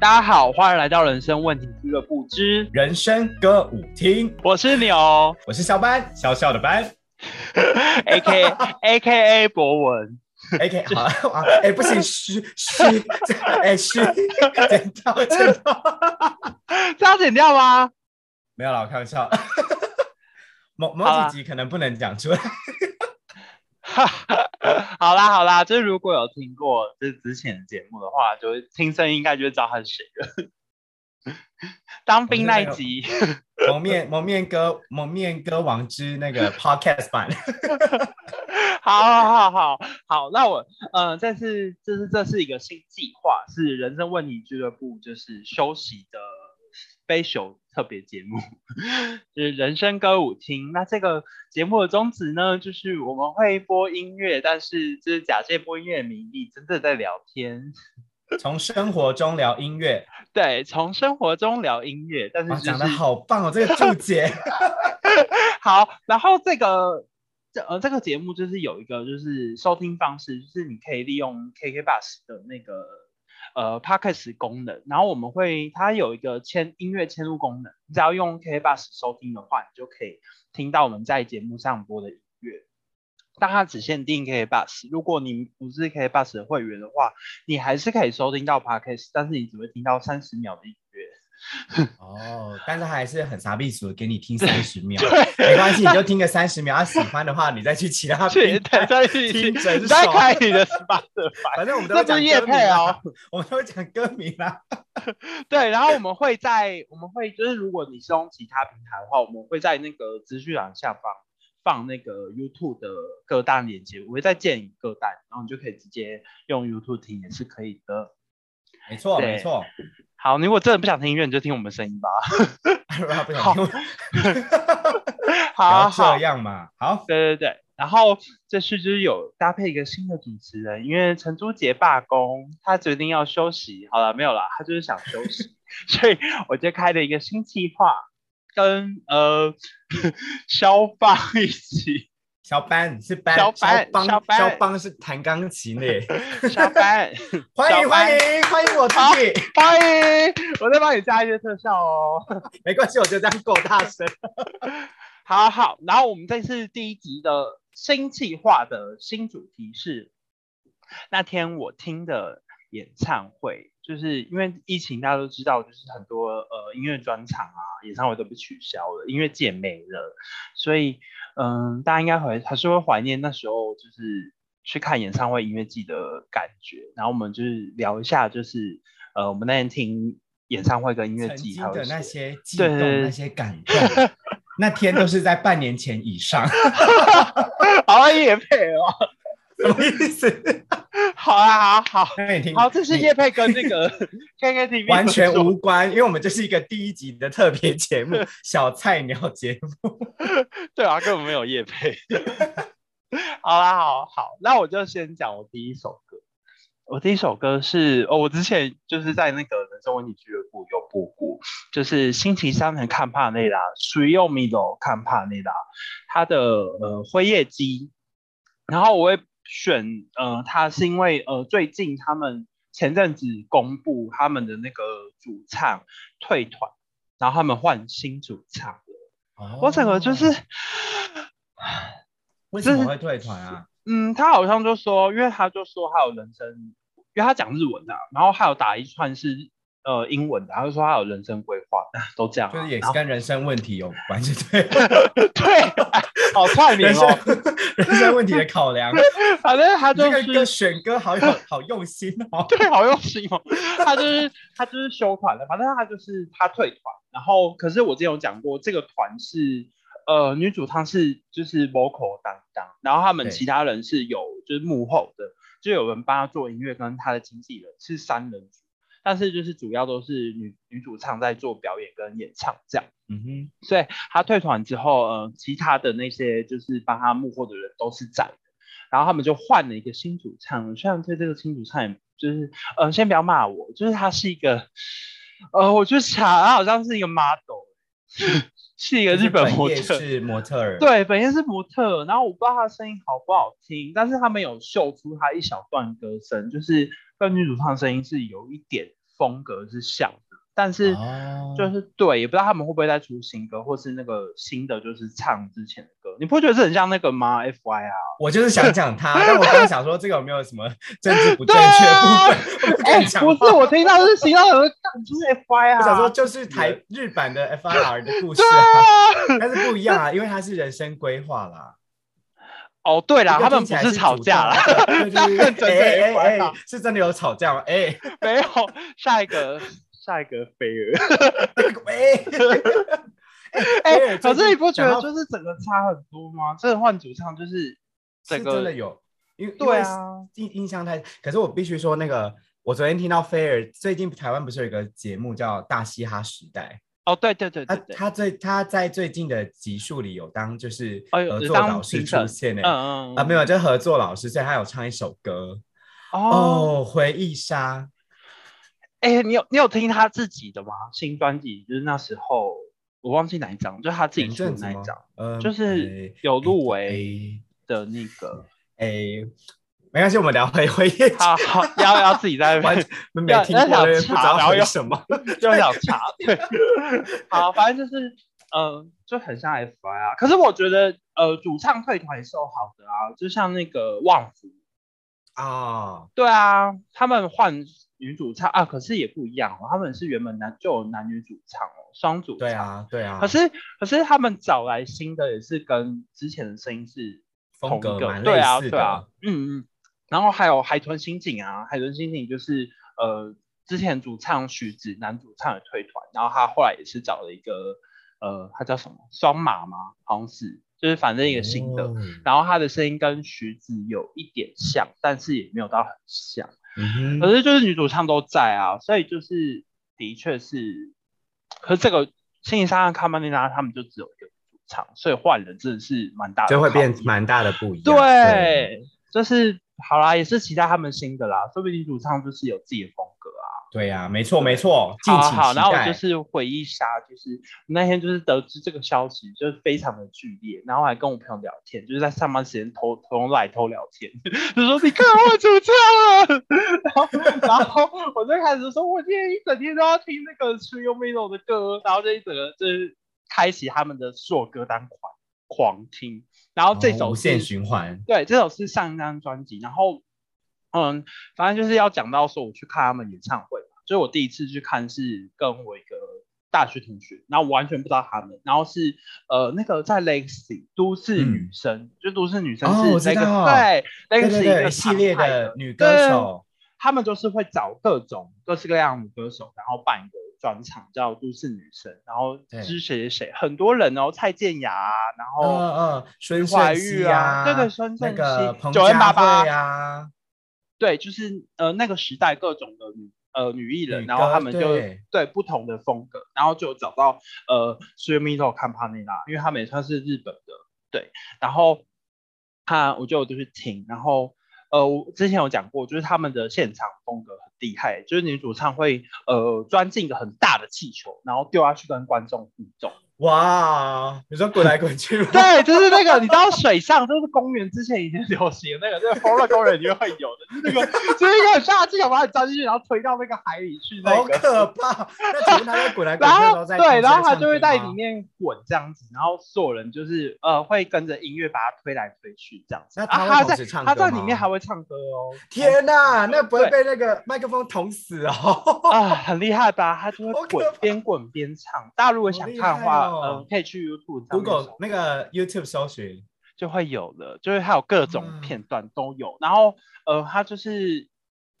大家好，欢迎来到人生问题俱乐部之，人生歌舞厅，我是牛我是小班，小小 的班，A K A K A 博文。 ，AK 好啊，哎、不行，嘘嘘， 这哎嘘，剪 掉剪掉，这要剪掉吗？没有啦，我开玩笑， 某某好啊几集可能不能讲出来，好啦好啦，就是如果有听过这之前的节目的话，就是听声音应该就会知道他是谁了。当兵那一集，蒙 面蒙面歌蒙面歌王之那个 podcast 版， 好好好好好，那我呃，这是这是这是一个新计划，是人生问题俱乐部，就是休息的 special 特别节目，就是人生歌舞厅。那这个节目的宗旨呢，就是我们会播音乐，但是就是假借播音乐的名义，真的在聊天。从生活中聊音乐，对，从生活中聊音乐，但是哇，就讲是、的好棒哦，这个注 解，好，然后这个这呃这个节目就是有一个就是收听方式，就是你可以利用 KK Bus 的那个呃 p o c k e t 功能，然后我们会它有一个签音乐嵌入功能，你只要用 KK Bus 收听的话，你就可以听到我们在节目上播的音乐。但它只限定 KK Bus，如果你不是 KK Bus 的会员的话，你还是可以收听到 Podcast，但是你只会听到三十秒的音 乐。哦，但是还是很傻逼俗，给你听三十 秒，没关系，你就听个三十秒，啊，喜欢的话你再去其他去，平台再再 去听整你再首开你的 Spotify。反正我们都那会就讲是叶歌名配啦哦，我们都会讲歌名啊啦。对，然后我们会在我们会就是如果你是用其他平台的话，我们会在那个资讯栏下方放那个 YouTube 的歌单链接，我会再建一个歌单，然后你就可以直接用 YouTube 听也是可以的。 没错，对没错。好，如果真的不想听音乐，你就听我们声音吧。不然不好 想听，不好要好这，样嘛。好，对对对。然后这次就是有搭配一个新的主持人，因为陈朱杰罢工，他决定要休息。好了，没有啦，他就是想休息， 所以我就开了一个新计划，跟呃 肖邦一起， 小班是班，小班邦，小班肖邦是弹钢琴的 耶。肖班欢小迎班欢迎欢迎我自己，欢迎，我再帮你加一些特效哦。没关系，我就这样够大声。好好，然后我们这次第一集的新计划的新主题是那天我听的演唱会，就是因为疫情大家都知道，就是很多呃音乐专场啊、演唱会都被取消了，音乐界没了，所以嗯，大家应该还还是会怀念那时候就是去看演唱会、音乐季的感觉。然后我们就是聊一下，就是呃我们那天听演唱会跟音乐曾季经还有的一那些些激对动，那些感动，那天都是在半年前 以上， 好也配哦。什么意思？好啊，好好那你听，好，这是你叶佩跟那个 KKTV 完全合作无关，因为我们就是一个第一集的特别节 目，小菜鸟节目。对啊，根本没有叶佩。 好啦，好好，那我就先讲我第一首歌。我第一首歌是哦，我之前就是在那个人生问题俱乐部有播过，就是星期三的看帕内拉，属于 m i 的看帕内拉，它的呃灰夜姬。然后我会选呃它，是因为呃最近他们前阵子公布他们的那个主唱退团，然后他们换新主唱了。我整个就是哦，为什就么是会退团啊？嗯，他好像就说，因为他就说他有人生，因为他讲日文的、然后还有打一串是呃英文的，他就说他有人生规划， 都这样啊、就是也然是后跟人生问题有关，就对了，哦对， 好串名人生哦。人生问题的考量。反正他啊就这个歌是选歌好有好用心 哦。对，好用心哦。他就是他就是修团的，反正他就是他退团。然后，可是我之前有讲过，这个团是呃女主唱是就是 vocal 担当，然后他们对其他人是有就是幕后的，就有人帮他做音乐，跟他的经纪人是三人组，但是就是主要都是女女主唱在做表演跟演唱这样。嗯所以他退团之后，呃，其他的那些就是帮他幕后的人都是在的，然后他们就换了一个新主唱。虽然对这个新主唱也，就是呃，先不要骂我，就是他是一个，呃，我去查，他好像是一个 model，是一欸 个哼，日本模就是特，本业是模特儿，，对，本身是模特，然后我不知道他声音好不好听，但是他们有秀出他一小段歌声，就是跟女主唱声音是有一点风格是像的，但是哦就是对，也不知道他们会不会再出新歌，或是那个新的就是唱之前的歌，你不会觉得这很像那个吗？FY 啊，我就是想讲他，但我刚刚想说这个有没有什么政治不正确的对部分？我 不哎、敢讲不话是，我听到是听到有人干就是 FY 啊，我想说就是台日版的 FIR 的故事对啊，啊，但是不一样啊，因为它是人生规划啦。哦对啦，这个他们听起不是来吵架啦，主真动的，对对的对，哎哎 FIR 哎，是真的有吵架吗？哎 没有，下一个下一个飞儿，喂，哎、菲儿可最是近你不觉讲得到就是整个差很多吗？这换主唱就是整是个真的有，因为对，啊，因为印印象太，可是我必须说那个。我昨天听到菲儿，最近台湾不是有一个节目叫《大嘻哈时代》，哦对对对他对对，他最他在最近的集数里有当就是哦有合有作当老师评出审现呢、嗯嗯嗯啊没有，就是合作老师，所以他有唱一首歌哦，哦，回忆杀，哎、你有你有听他自己的吗？新专辑就是那时候我忘记哪一张，就是他自己前出的阵子那一吗张，，嗯就是有入围的那个，哎，哎哎没关系，我们聊回回忆杀，好好要要自己在那边完全没听要过，要不想知查然道后回又什么， 就想查。对，好，反正就是，呃，就很像 FI 啊。可是我觉得，呃，主唱退团也是有好的啊，就像那个旺福，啊，对啊，他们换女主唱啊，可是也不一样哦，他们是原本男就有男女主唱哦，双主唱。对。啊对啊，可是可是他们找来新的也是跟之前的声音是风同格一个蛮对类啊似对啊的，，嗯嗯。然后还有海豚刑警啊，海豚刑警就是呃之前主唱徐子男主唱也退团，然后他后来也是找了一个呃他叫什么双马吗？好像是，就是反正一个新的。哦然后他的声音跟徐子有一点像，但是也没有到很像。嗯哼可是就是女主唱都在啊，所以就是的确是，可是这个星期三和卡曼丽娜他们就只有一个主唱，所以换人真的是蛮大的，就会变。蛮大的不一样，对，就是好啦，也是期待他们新的啦，说不定主唱就是有自己的风格啊。对啊，没错没错，敬好请期待。好，然后我就是回忆杀，就是那天就是得知这个消息，就是非常的剧烈，然后还跟我朋友聊天，就是在上班时间偷偷用赖偷聊天， 就说你看我主唱了， 然后然后我就开始说，我今天一整天都要听那个 Trio Mino 的歌，然后就一整个就是开启他们的硕歌单狂狂听，然后这哦首无是限循环，对，这首是上一张专辑，然后嗯，反正就是要讲到说我去看他们演唱会嘛，就是我第一次去看是跟我一个大学同学，然后我完全不知道他们，然后是呃那个在 Legacy 都市女生，就都市女生嗯哦是我知那个、道对对 Legacy 对一对，个系列常态的女歌手，他们就是会找各种各式各样的歌手，然后办一个专场叫都市女生，然后对支持谁谁，很多人哦，蔡健雅啊，然嗯后嗯，孙怀盛玉熙啊对对孙那盛个熙彭九 N 佳八八慧啊，对，就是呃那个时代各种的女呃女艺人，女然后歌他们就对不同的风格，然后就找到呃 s u m i n o Campanella，因为他们也算是日本的，对，然后他我就我就去听，然后呃我之前有讲过，就是他们的现场风格很厉害，就是女主唱会呃钻进一个很大的气球，然后丢下去跟观众互动。哇，哦你说滚来滚去 吗？对，就是那个，你知道水上就是公园之前以前流行的那个，就是疯乐公园里面会有的，就是那个，就是一个很大的气球把你钻进去，然后推到那个海里去那 好个。可怕！那请问他在滚来滚然去的时后候在对，然后他他就会在里。面滚这样子，然后所有人就是呃会跟着音乐把他推来推去这样子。那啊，他会他同在时唱他歌在里面吗还会唱歌哦。天哪，那不会对被那个麦克风捅死哦！啊，很厉害吧？他就好会可滚怕边滚边唱。大家如果好想厉看的害话，哦呃，可以去 YouTube 上面 Google 搜那个 YouTube 搜寻，就会有了，就是还有各嗯种片段都有。然后呃，他就是，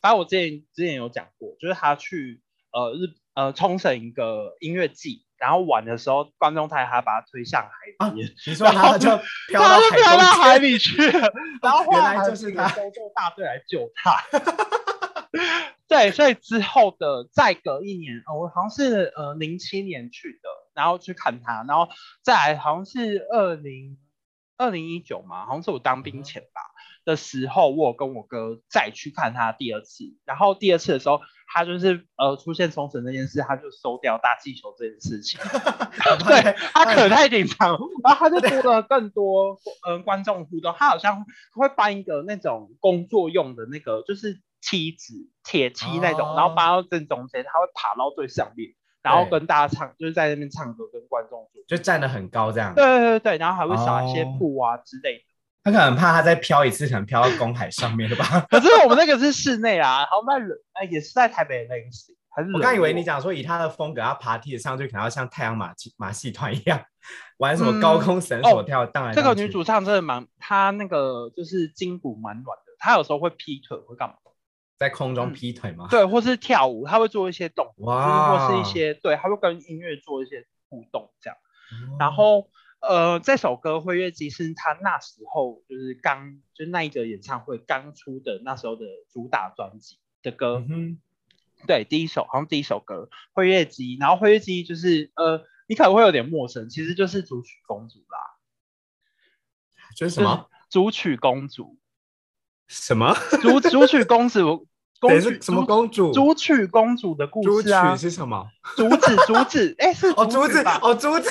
反正我之前之前有讲过，就是他去呃日呃冲绳一个音乐季，然后玩的时候，观众台还把他推向海里面，你说他就飘他到就海飘到中海里 去了。然后后原来还就是有一个他搜救大队来救他。 对，所以之后的再隔一年，呃我好像是呃零七年去的，然后去看他，然后再来好像是二零二零一九嘛，好像是我当嗯兵前吧、的时候，我有跟我哥再去看他第二次，然后第二次的时候，他就是呃出现冲绳那件事，他就收掉大气球这件事情，对对他可太紧张，哎然后他就多了更多呃观众互动。他好像会办一个那种工作用的那个，就是梯子、铁梯那种，然后搬到正中间，他会爬到最上面，然后对跟大家唱，就是在那边唱歌跟观众做。 就站得很高这样。对对对对，然后还会撒一些哦布啊之类的。他可能怕他再飘一次，可能飘到公海上面 了吧？可是我们那个是室内啊，然后那冷哎也是在台北的那个市，还是我刚以为冷你讲说以他的风格，他爬梯子上去可能要像太阳马戏马戏团一样， 玩什么高空绳索跳，荡来嗯哦这个荡去女主唱真的蛮，她那个就是筋骨蛮软的，她有时候会劈腿，会干嘛？在空中劈腿吗？嗯对，或是跳舞，她会做一些动作，就是哇，哦或是一些对，她会跟音乐做一些互动这样。哦嗯然后呃，这首歌《辉月姬》是她那时候就是刚就那一个演唱会刚出的那时候的主打专辑的歌，嗯哼，对，第一首好像第一首歌《辉夜姬》，然后《辉夜姬》就是呃，你可能会有点陌生，其实就是《竹取公主》啦，就是什么《竹取公主什么？》竹竹取公主， 等公于主是什么公主？竹取公主的故朱事啊曲，是什么？ 竹子竹子，哎、是哦，竹子吧？哦，竹子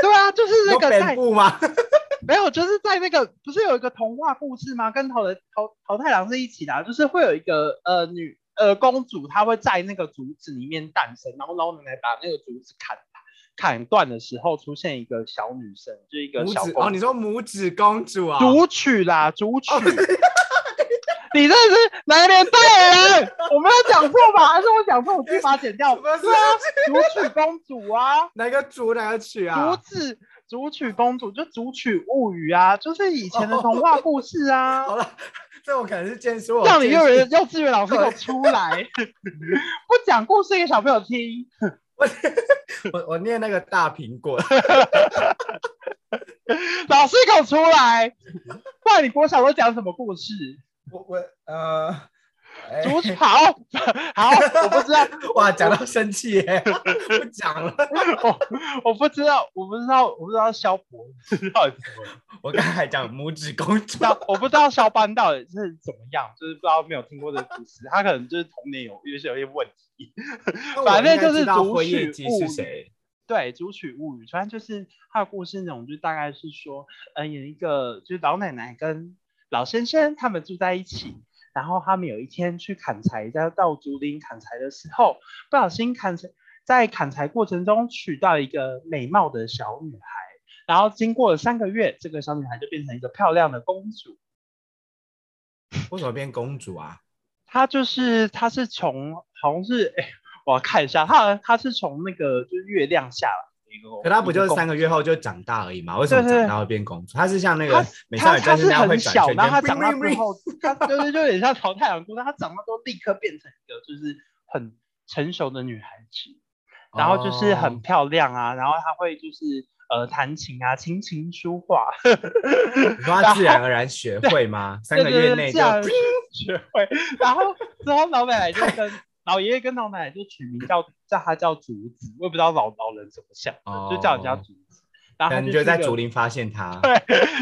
对啊，就是那有个北在部吗？没有，就是在那个不是有一个童话故事吗？跟桃的桃桃太郎是一起的啊、就是会有一个呃女呃公主，她会在那个竹子里面诞生，然后老奶奶把那个竹子砍砍断的时候，出现一个小女生，就一个拇小指公哦，你哦说拇指公主啊？竹取啦，竹取。 你这是哪年代人？我没有讲错吧？还是我讲错？我自己把它剪掉。什么是对啊，竹取公主啊。哪个竹哪个曲竹啊？子 竹取公主就竹取物语啊，就是以前的童话故事啊。 好了， 这我可能是见识我让你幼儿见园幼稚识园老师给我出来， 不讲故事给小朋友听。我我念那个大苹果， 老师给我出来，不然你国小都讲什么故事？我我呃，哎竹取 好好，我不知道，哇，讲到生气耶， 不讲了。我我不知道，我不知道，我不知道萧伯到底是怎么样我刚才讲拇指公主，我不知道肖邦到底是怎么样，就是不知道没有听过这个故事，他可能就是童年有有些有些问题。反正就是那我竹应该知道辉夜取姬物是语谁？对，《竹取物语》，反正就是它的故事内容，就大概是说，嗯、有一个就是老奶奶跟老先生他们住在一起，然后他们有一天去砍柴，在到竹林砍柴的时候，不小心砍柴，在砍柴过程中娶到一个美貌的小女孩，然后经过了三个月，这个小女孩就变成一个漂亮的公主。为什么变公主啊？她就是，她是从好像是，哎，我要看一下，她她是从那个就是月亮下来的一个公。可她不就是一个公三个月后就长大而已嘛？为什么对对长大会变公主？她是像那个她美少他女战他士是那样会很转小，圈然后他圈，长大之后，他就是就有点像淘太阳姑娘，他长大之后立刻变成一个就是很成熟的女孩子，然后就是很哦漂亮啊，然后她会就是呃弹琴啊，琴琴书画，你说她自然 而然学会吗？三个月内就这样学会，然后之后老奶奶就跟老爷爷跟老奶奶就取名叫叫她叫竹子，我也不知道老老人怎么想的，就叫人家哦竹子，然后她感是觉一在个竹林发现她。对，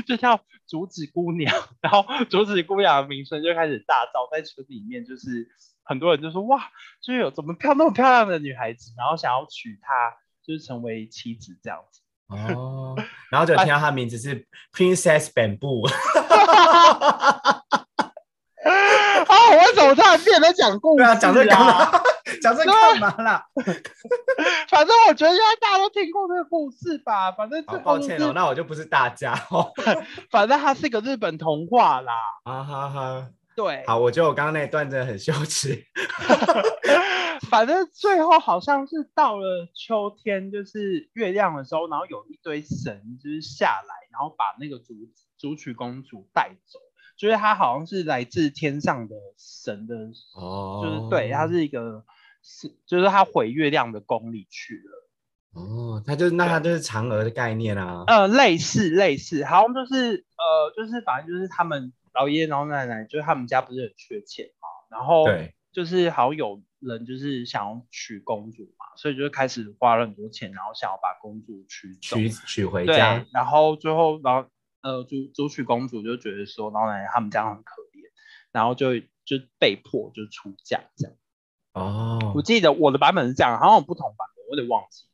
就叫竹子姑娘， 然后竹子姑娘的名声就开始大噪，在村里面就是很多人就说哇，就是有怎么漂那么漂亮的女孩子，然后想要娶她，就是成为妻子这样子。哦，然后就听到她名字是 Princess Bamboo， 啊，我为什么突然变得讲故事、对啊，讲这干啊，嘛？讲这干嘛啦？ 反正我觉得应该大家都听过这个故事吧。反正好这抱歉故哦事，那我就不是大家哦。反正它是一个日本童话啦。啊哈哈，对，好，我觉得我刚刚那一段真的很羞耻。 反正最后好像是到了秋天，就是月亮的时候，然后有一堆神就是下来，然后把那个竹竹取公主带走。就是她好像是来自天上的神的，哦就是对，她是一个是，就是她回月亮的宫里去了。哦，他就是那他就是嫦娥的概念啊。呃，类似类似，好像就是呃，就是反正就是他们老爷爷老奶奶，就是他们家不是很缺钱嘛，然后对，就是好像有人就是想要娶公主嘛，所以就开始花了很多钱，然后想要把公主娶走。娶娶回对家，，然后最后然后呃主主娶公主就觉得说老奶奶他们这样很可怜，然后就就被迫就出嫁这样。我哦记得我的版本是这样，好像有不同版本，我有点忘记。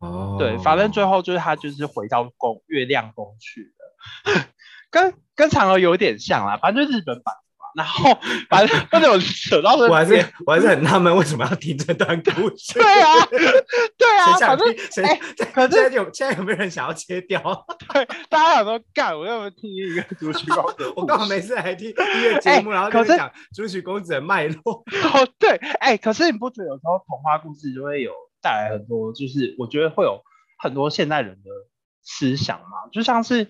哦，对，反正最后就是他就是回到 宫月亮宫去了，跟跟嫦娥有点像啦，反正就是日本版的吧。然后 反正不怎么扯到这我还是边我还是很纳闷，为什么要听这段故事？对 啊，对啊，谁反想正听？谁哎？可是有现在有没有人想要切掉？？大家想说干，我要不要听一个读取高歌 我干嘛每次来听音乐节目，然后哎可就是是讲朱许公子的脉络？ 哦，对，哎、可是你不觉得有时候童话故事就会有带来很多，就是我觉得会有很多现代人的思想嘛，就像是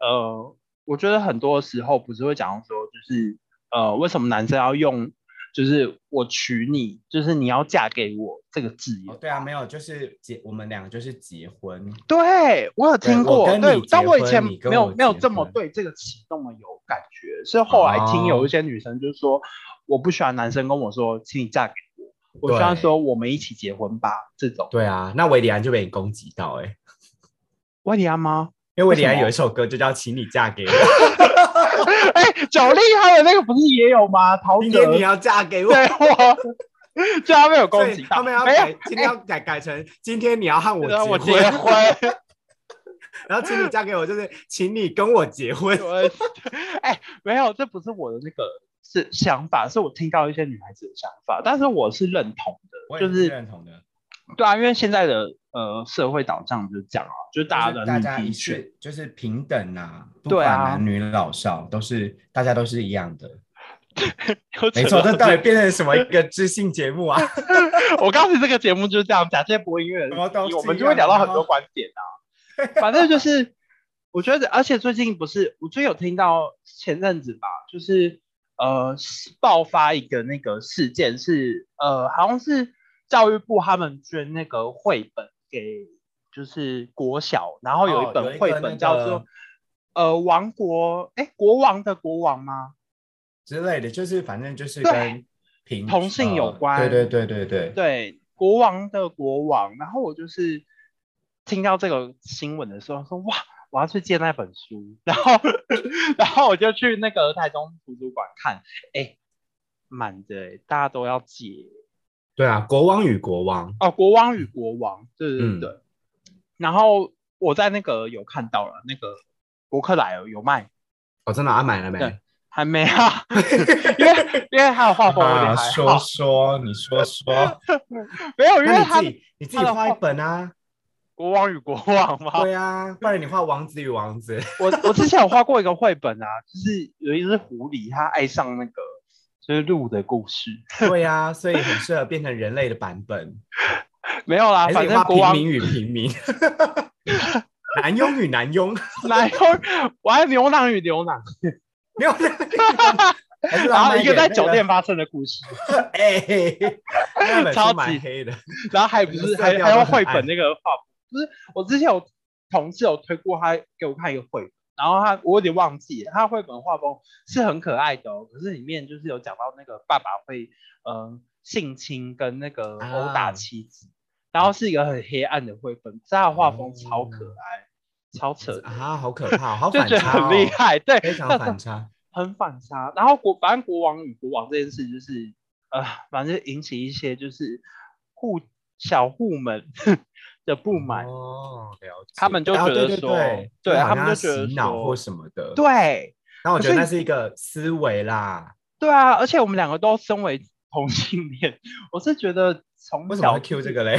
呃，我觉得很多时候不是会讲到说，就是呃，为什么男生要用，就是我娶你，就是你要嫁给我这个字眼。哦，对啊，没有，就是结，我们两个就是结婚。对，我有听对我过，跟对你，但结我以婚前你跟没有我没有结这么婚哦对这个词那么有感觉，是后来听有一些女生就说，我不喜欢男生跟我说，请你嫁给我，我希望对说我们一起结婚吧，这种。对啊，那维里安就被你攻击到哎、欸维里安吗？因为维里为什安么有一首歌就叫《请你嫁给我》，哎，九力还有那个不是也有吗？陶 今天喆你要嫁给我。对我，就他们有攻所击以到，他们要没有改，今天要改改成今天你要和我对啊我结结婚，婚， 然后请你嫁给我，就是请你跟我结婚。我哎，没有，这不是我的那个是想法，是我听到一些女孩子的想法，但是我是认同的，就是认同的，对啊，因为现在的呃社会导向就是这样啊，就是大家的就是大女家平一权。 视就是平等啊，不对管啊男女老少都是大家都是一样的。又没扯错，到这到底变成什么一个知性节目啊？ 我告诉你，这个节目就是这样，假借播音乐的什么东西啊我们就会聊到很多观点啊。 反正就是，我觉得，而且最近不是，我最近有听到前阵子吧，就是呃爆发一个那个事件是，呃好像是教育部他们捐那个绘本给就是国小，然后有哦一有一本个绘那本个叫做、呃王国，哎国王的国王吗？之类的，就是反正就是对跟平同性有呃关对对对对对，对，国王的国王。然后我就是听到这个新闻的时候，说哇，我要去借那本书。然后， 然后我就去那个台中图书馆看，哎，满的欸，大家都要借对啊，国王与国王，哦，《国王与国王》，对对嗯对。然后我在那个有看到了，那个博客来有卖，我、真的啊，买了没？对还没啊， 因为因为他的画风有点还啊说好，说，你 说说，没有，因那为你他自《己你自己画一本啊，国王与国王》嘛，对啊，不然你画王子与王子，我我之前有画过一个绘本啊，就是有一只狐狸，它爱上那个就是鹿的故事，对啊，所以很适合变成人类的版本，没有啦，还啊是反你正画国平王民与平民， 男佣与男佣，奶油，我还牛郎与牛 郎，没有，还然是浪后漫一个点在那酒店，发生的故事，哎、那本超书蛮级黑的，然后还有不是 色还调还都有很绘暗本那个画，不是我之前有同事有推过他给我看一个绘本，然后他我有点忘记了，他绘本画风是很可爱的哦，可是里面就是有讲到那个爸爸会嗯、呃性侵跟那个殴打啊妻子，然后是一个很黑暗的绘本，可是他的画风超可哦爱，超扯的，啊，好可怕，好就反觉得差、哦，很厉害，对，非常但 反差。很反差。然后国，反正国王与国王这件事，就是呃，反正引起一些就是户小户们 的不满。哦，了解。他们就啊觉得对对说对对就好他们像就觉得洗脑说或什么的。，对啊然后我觉可得是那是一个思维啦。对啊，而且我们两个都身为同性恋，我是觉得从为什么小会 Q 这个嘞？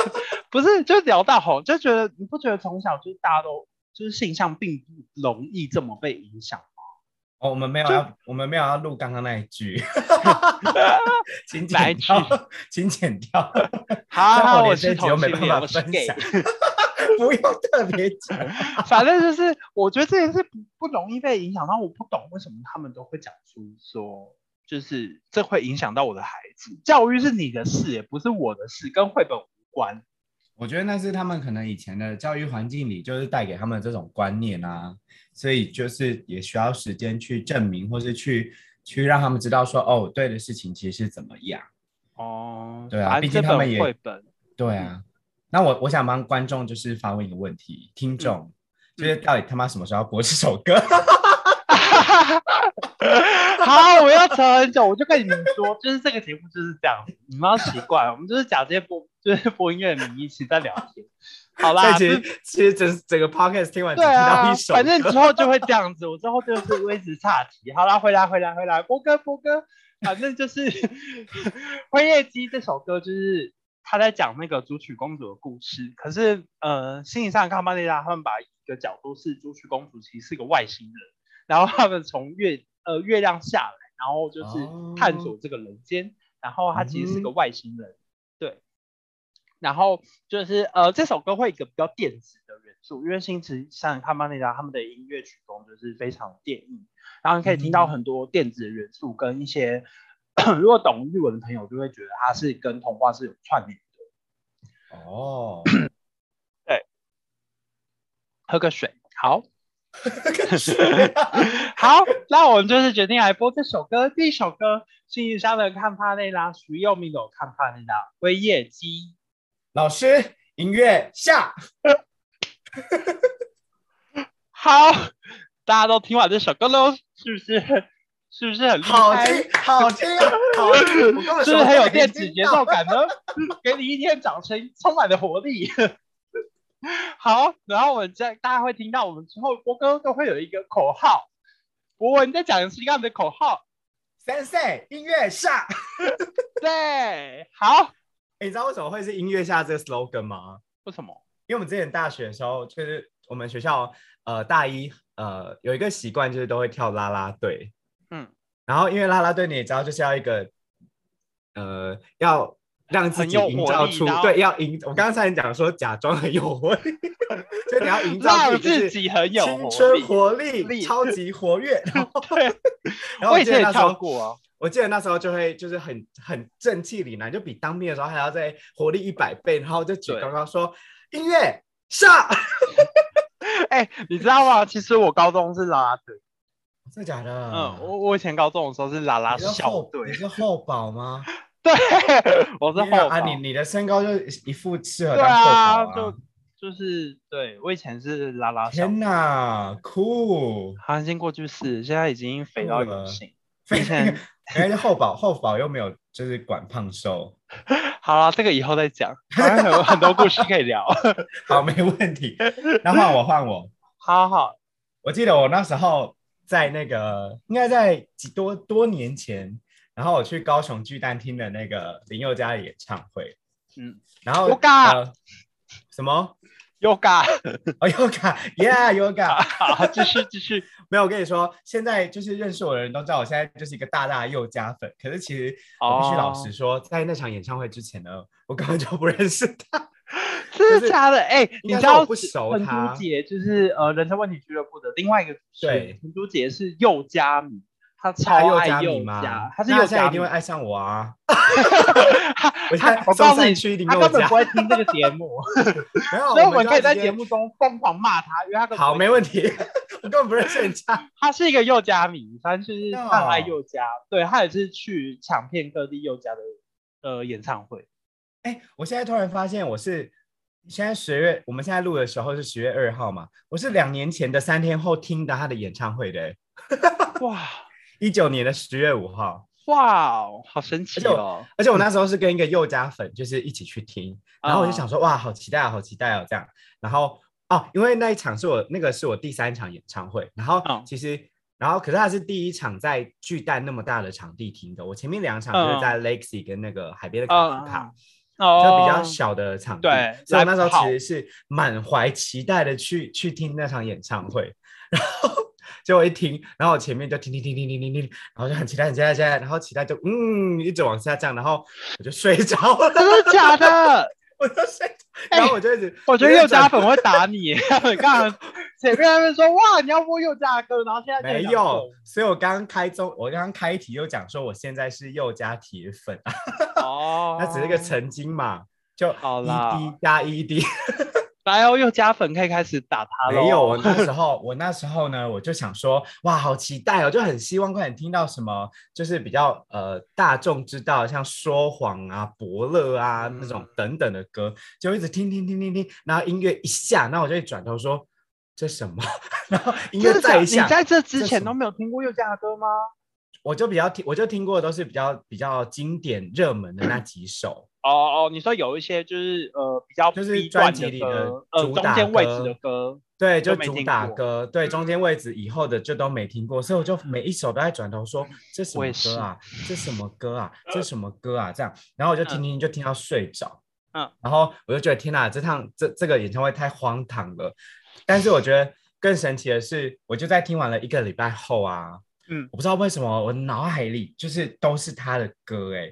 不是就聊到吼，就觉得你不觉得从小就是大家都就是性向并不容易这么被影 响吗？哦，我们没有就要，我们没有要录刚刚那一 句，请哪一剪掉，请剪掉。 好这样好，我我连是这集同都没性办恋，法我是分 gay 享。。不用特别讲，反正就是，我觉得这件事不不容易被影响到，我不懂为什么他们都会讲出说，就是这会影响到我的孩子。教育是你的事，也不是我的事，跟绘本无关。 我觉得那是他们可能以前的教育环境里，就是带给他们这种观念啊，所以就是也需要时间去证明，或是去去让他们知道说，哦，对的事情其实是怎么样。哦对啊反毕正这竟他们本也绘本，对啊，那我我想帮观众就是发问一个问题，听众、就是到底他妈什么时候要播这首歌？好，我要扯很久，我就跟你们说，就是这个节目就是这样，你们要习惯，我们就是假借播，就是播音乐的名义一起在聊天。好所以啦，其这实其实整整个 podcast 听完只对听到啊一，首歌，反正之后就会这样子，我之后就是会一直岔题。好啦，回来回来回来，波哥波哥，反正就是 《灰夜姬》这首歌，就是他在讲那个竹取公主的故事。可是，呃，心理上康巴内拉他们把一个角度是竹取公主其实是个外星人，然后他们从月呃月亮下来，然后就是探哦索这个人间，然后他其实是个外星人，对。然后就是呃，这首歌会有一个比较电子的元素，因为新池像卡曼内拉他们的音乐曲风就是非常电音，然后你可以听到很多电子的元素跟一些， 如果懂日文的朋友就会觉得它是跟童话是有串联的。哦，喝个水，好。 好，那我们就是决定来播这首歌。第一首歌，新一山的《看帕内拉》，属于有名的《看帕内拉》，灰夜姬。老师，音乐下，好， 大家都听完这首歌喽，是不是？是不是很厉好害？听，好听啊，好听，是我根本什不么是都很有没电听子节到奏感呢？给你一天掌声，充满了活力。 好，然后我们在大家会听到我们之后播歌都会有一个口号，博文在讲的是一样的口号。 Sensei，音乐下。对，好，欸你知道为什么会是音乐下这个 slogan 吗？为什么？因为我们之前大学的时候，就是我们学校呃大一呃有一个习惯，就是都会跳啦啦队。嗯，然后因为啦啦队你也知道，就是要一个呃要让自很己有营活造力出然后对要营，我刚刚差点讲说假装很有活力， 就你要营造让自己就自是己很有青春活力。活力，力超级活跃。然后对，然后我以记前得也那时跳候过啊。我记得那时候就会就是很很正气凛然，就比当兵的时候还要再活力一百倍，然后就举对高高说音乐上，哎、你知道吗？其实我高中是啦啦队，真的假的？嗯，我我以前高中的时候是啦啦你是校后你队，是后保吗？ 对，我是天啊后啊，防你你的身高就一副适合对啊当后啊保就就是对我以前是拉拉小，天哪，酷！韩星过去式，现在已经肥到酷不了 行。非以前常，而且哎后保后保又没有就是管胖瘦，好了，这个以后再讲，反正有很多故事可以 聊。好没问题。那换我换我，好好，我记得我那时候在那个应该在几多多年前，然后我去高雄巨蛋听的那个林宥嘉的演唱会，嗯然后 Yoga 呃什么？ ，Yoga，哦，Yoga，Yeah Yoga，好，继续继 续。没有，我跟你说，现在就是认识我的人都知道，我现在就是一个大大的宥嘉粉。可是其实我必须老哦实说，在那场演唱会之前呢，我根本就不认识他。真就的是假的？哎、你应该知说我道不熟陈他珠杰就是呃人生问题俱乐部的另外一个主持人对，陈珠杰是佑嘉迷，他超大宥爱嘉佑迷吗？他是那佑他现在嘉一迷定会，爱上我啊！他 我现在我告诉你松山区一定他宥根本嘉不，会听这个节 目，没有，所以我们们就可以要在直节接目中疯狂骂他，因为他根本好，不会没问题。 我根本不认识人家。他是一个佑家迷，他就是哦他很爱佑家，对他也是去抢遍各地佑家的呃演唱会。哎，我现在突然发现我是。现在十月，我们现在录的时候是十月二号嘛？我是两年前的三天后听的他的演唱会的，哇一九年的十月五号。哇哦，好神奇而且我哦！而且我那时候是跟一个佑家粉，就是一起去听，然后我就想说，哇，好期待啊，好期待哦，这样。然后哦，因为那一场是我那个是我第三场演唱会，然后嗯其实，然后可是它是第一场在巨蛋那么大的场地听的，我前面两场就是在 Lexi 跟那个海边的卡夫卡，哦，就比较小的场地，对所以我那时候来不好其实是满怀期待的去去听那场演唱会， 然后结果一听，然后我前面就听听听听听听听，然后就很期待很期待很期待，然后期待就嗯一直往下降，然后我就睡着了， 真的假的？我就睡着，哎然后我就一直，我觉得佑家粉会打你， 他们刚刚前面他们说哇你要播佑家的歌，然后现在就没想有，所以我刚刚开中，我刚刚开题又讲说我现在是佑家铁粉，啊哦，那只是一个曾经嘛，就好啦一滴加一滴。来哦，佑家粉可以开始打他了。没有，我那时候，我那时候呢，我就想说，哇，好期待哦，就很希望快点听到什么，就是比较呃大众知道，像说谎啊、伯乐啊那嗯种等等的歌，就一直听听听听听，然后音乐一下，那我就会转头说这什么， 然后音乐真的假再的一你下，在这之这前什都没有听过佑家的歌吗？我就比较听，我就听过的都是比较比较经典热门的那几首，哦哦，你说有一些就是呃比较就是低专段辑里歌的，呃主中打间位置歌的歌，对，就都没主听打过歌，对，中间位置以后的就都没听过，所以我就每一首都在转头说这嗯什我么也是歌啊，这什么歌啊，这什么歌啊，这样，然后我就嗯听听就听到睡着，嗯，然后我就觉得天哪，这趟这这个演唱会太荒唐了，但是我觉得更神奇的是，我就在听完了一个礼拜后啊，嗯，我不知道为什么我脑海里就是都是他的歌，哎，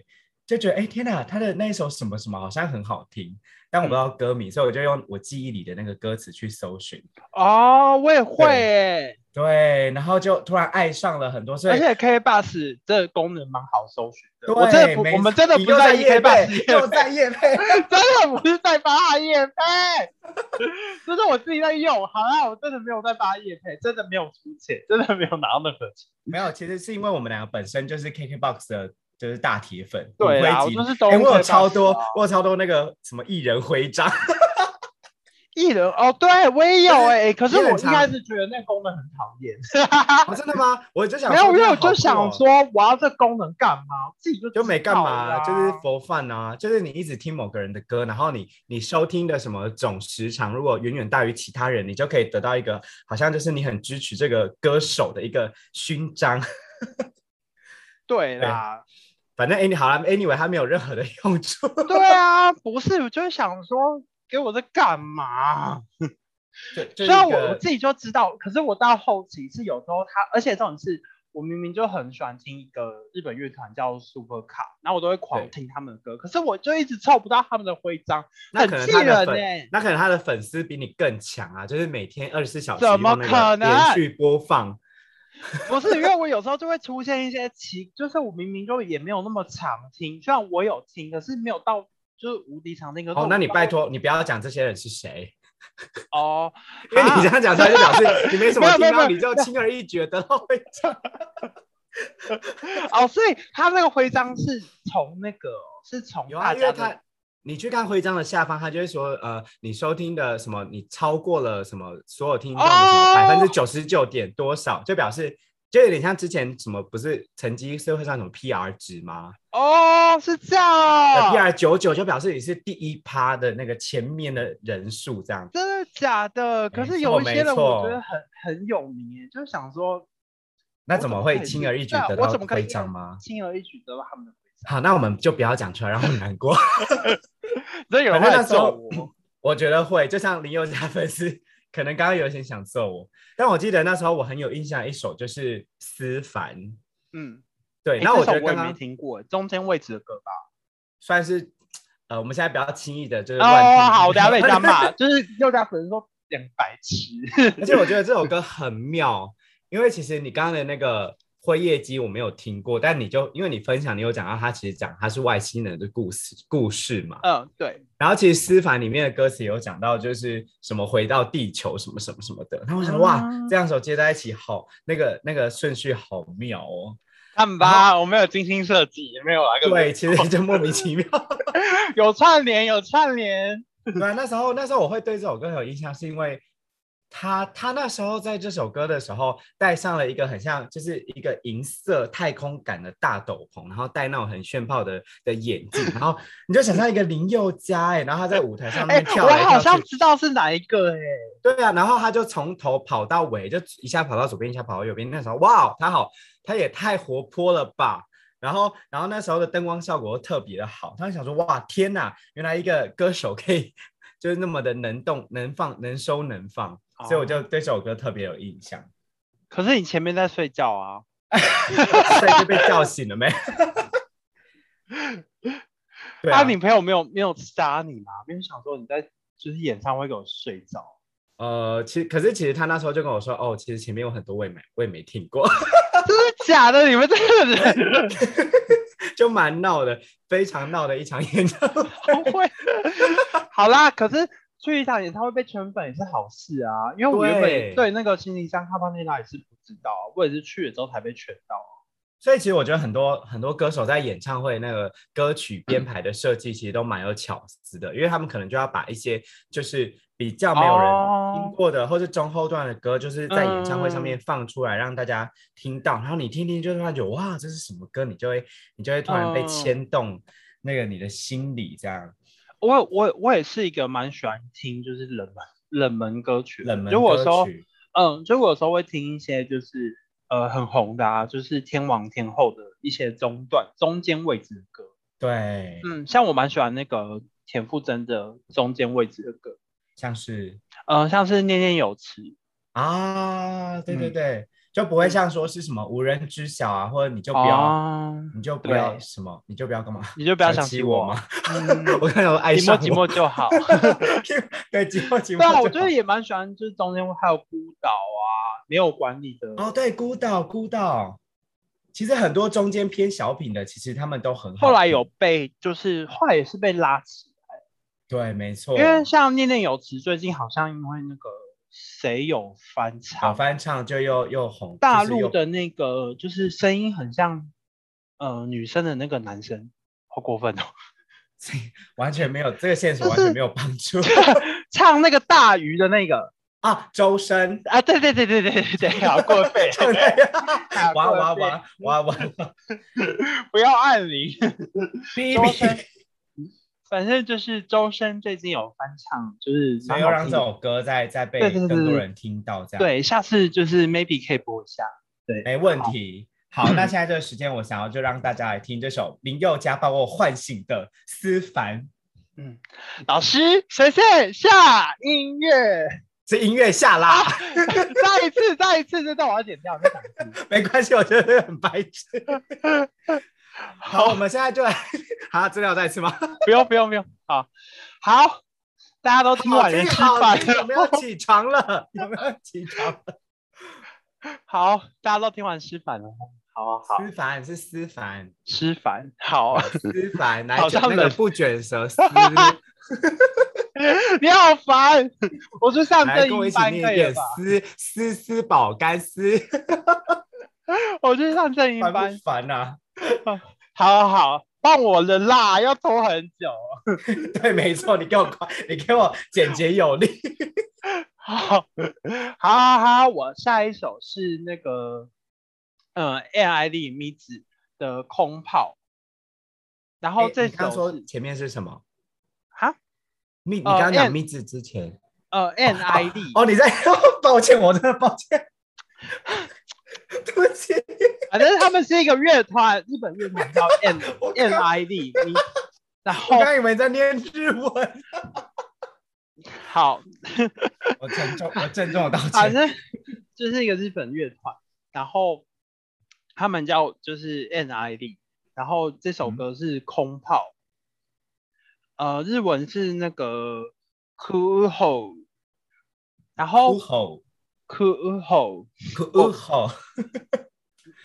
就觉得哎天哪，他的那一首什么什么好像很好听，但嗯我不知道歌名，所以我就用我记忆里的那个歌词去搜寻。哦，我也会对诶，对，然后就突然爱上了很多，所以而且 K Bus 这个功能蛮好搜寻的，对我真的不，没我们错真的你不又在在意 K 夜 Bus，配，业又配在夜配，真的不是在发他夜配，这是我自己在用。好啦，我真的没有在发夜配，真的没有出钱，真的没有拿到任何钱。没有，其实是因为我们两个本身就是 KKBOX 的，就是大铁粉，对啊，啦，我我就是都哎，我有 KKBOX 超多啊，我有超多那个什么艺人 徽章，艺人哦，对我也有就是哎、可是也很我一常开始觉得那功能很讨 厌，哦真的吗？我就想没有，说因为哇我好就酷想哦说我要这功能干嘛？自己就就没干嘛，知就道是啦佛饭啊，就是你一直听某个人的歌，然后你你收听的什么总时长，如果远远大于其他人，你就可以得到一个好像就是你很支持这个歌手的一个勋章。对啦，反正 any 好了，anyway 它没有任何的用处。对啊，不是，我就是想说给我这干嘛？就嗯 就虽一然我我个自己就知道，可是我到后期是有时候他，而且这种是我明明就很喜欢听一个日本乐团叫 Super Car，然后我都会狂对听他们的歌，可是我就一直凑不到他们的徽章，那很可能气他的人呢、欸粉，那可能他的粉丝比你更强啊，就是每天二十四小时怎么用那个可能连续播放。 不是，因为我有时候就会出现一些奇，就是我明明就也没有那么常听，虽然我有听，可是没有到就是无敌常听。可是哦我，那你到拜托你不要讲这些人是谁，哦，因为你啊这样讲出来就表示你没什 没么有没有听到，没有你就轻而易举得到 会哦，所以他那个徽章是从那个是从有大啊，因家为的他你去看徽章的下方，他就会说，呃，你收听的什么，你超过了什么所有听众的什哦么百分之九十九点多少，就表示就有点像之前什么不是成绩社会上什么 PR 值吗、哦，是这样哦 p r 九九就表示你是第一趴的那个前面的人数这样。真的假的？可没是有一错些没人我觉错得很很有名耶，就是想说那我怎怎么么会可以轻去而易举对啊得我到怎么可以徽一章样吗？轻而易举得到他们的徽章，好，那我们就不要讲出来，然后 难过。真有人反会正来那时候揍我。 我觉得会，就像林宥嘉粉丝可能刚刚有些想揍我，但我记得那时候我很有印象一首就是《思凡》，嗯，对，诶那这我觉首得我刚也没刚听过，中间位置的歌吧。算是呃，我们现在不要轻易的就是乱哦，听好，我等下被人家 骂，就是又在粉丝说两白痴。而且我觉得这首歌很妙，因为其实你刚刚的那个灰夜姬我没有听过，但你就因为你分享，你有讲到他其实讲他是外星人的故事故事嘛， 嗯，对，然后其实《思凡》里面的歌词也有讲到，就是什么回到地球什么什么什么的。然后我想说，哇啊，这两首接在一起好，那个那个顺序好妙哦。看吧，我没有精心设计，没有啊，根本对，其实就莫名其妙。 有串联，有串联。对啊， 那时候那时候我会对这首歌很有印象，是因为他他那时候在这首歌的时候戴上了一个很像就是一个银色太空感的大斗篷，然后戴那种很炫炮的的眼镜，然后你就想象一个林宥嘉哎，然后他在舞台上哎、面跳我来好跳去像。知道是哪一个哎、对啊，然后他就从头跑到尾，就一下跑到左边，一下跑到右边。那时候，哇，哦他好，他也太活泼了吧！然后，然后那时候的灯光效果又特别的好，他就想说，哇，天哪，原来一个歌手可以 就是那么的能动、能放、能收、能放，所以我就对这首歌特别有印象。哦 可是你前面在睡觉啊。所以就被叫醒了没？ 对啊，啊，你朋友没有没有杀你吗？没有想说你在就是演唱会给我睡 着。呃，其实可是其实他那时候就跟我说，哦，其实前面有很多我也没我也没听过。 真的假的？你们这个人就蛮闹的，非常闹的一场演唱会。不会。好啦，可是去一场演唱会被圈粉也是好事啊，因为我原本也对对那个《心灵相卡巴内拉》也是不知道啊，我也是去了之后才被圈到啊。所以其实我觉得很多很多歌手在演唱会那个歌嗯曲编排的设计，其实都蛮有巧思的，因为他们可能就要把一些就是比较没有人哦听过的，或是中后段的歌，就是在演唱会上嗯面放出来让大家听到，然后你听听就突然觉得哇这是什么歌，你就会你就会突然被嗯牵动。那个你的心理这样。我我我也是一个蛮喜欢听就是冷门冷门歌曲的，冷门就我有时歌候曲，嗯，就我有时候会听一些就是呃很红的啊，就是天王天后的一些中段中间位置的歌。对，嗯，像我蛮喜欢那个田馥甄的中间位置的歌，像是嗯、像是念念有词，啊，对对嗯对，就不会像说是什么无人知晓啊，或者你就不要，哦，你就不要对什么，你就不要干嘛？你就不要想起我我吗？ 嗯，我看到爱寂上寞寂寞就 好。寞， 对寂寞寂寞就对啊，好。我觉得也蛮喜欢，就是中间还有孤岛啊，没有管理的哦，对，孤岛孤岛，其实很多中间偏小品的，其实他们都很好。后来有，被，就是后来也是被拉起对，没错，来，因为像念念有词最近好像因为那个谁有翻好唱，翻唱就又又红，大就是又陆的那个就是声音很像呃女生的那个男生，好过 分哦，完全没有这个线索，就完全是没有帮 助唱那个大鱼的那个啊。周深，，啊，对对对对对对对， 好过分就 那啊样，哇过哇分哇哇哇，不要按铃。哔周哔深， 反正就是周深最近有翻唱，就是没蛮有好让听这的首歌再再被对对对更多对人听到，这样对，下次就是 maybe 可以播一下。对，没问题。好，那现在这个时间，我想要就让大家来听这首林宥嘉把我唤醒的《思凡》。嗯，老师，随便下音乐，这音乐下啦，啊再一次， 再一次，这段我要剪掉，再讲一次。 没关系，我觉得很白痴。好，我们现在就来， 好，资料再一次吗？ 不用，不用，不用，好，好，大家都听完好了，听吃好饭听有没有了，起床了？有没有起床了？好，大家都听完吃饭了，好好 好，思凡是思凡，吃饭，好， 思凡来好卷像那个冷不 卷舌丝，你好烦，我去上来正跟我一音起班念可一以了遍吧？丝丝丝宝干丝，我去上正音烦班不，烦啊？好好，放我了啦，要拖很久。 对，没错，你给我快，你给我简洁有力。好， 好，好，好，我下一首是那个，呃，N I D 米子的《空炮》，然后诶这哎你刚首说是前面是什么？哈，蜜，你呃刚刚讲，and- 蜜字之前，呃，N I D， 哦，你在，抱歉，我真的抱歉， 对不起，反正他们是一个乐团，日本乐团叫 N 我 N 刚 I D，然我后刚以为在念日文。好，我郑重，我郑重地道反歉。正啊就是一个日本乐团，然后他们叫就是 N I D，然后这首嗯歌是空炮，呃，日文是那个 ku ho，然后哭吼， ku ho，哭吼，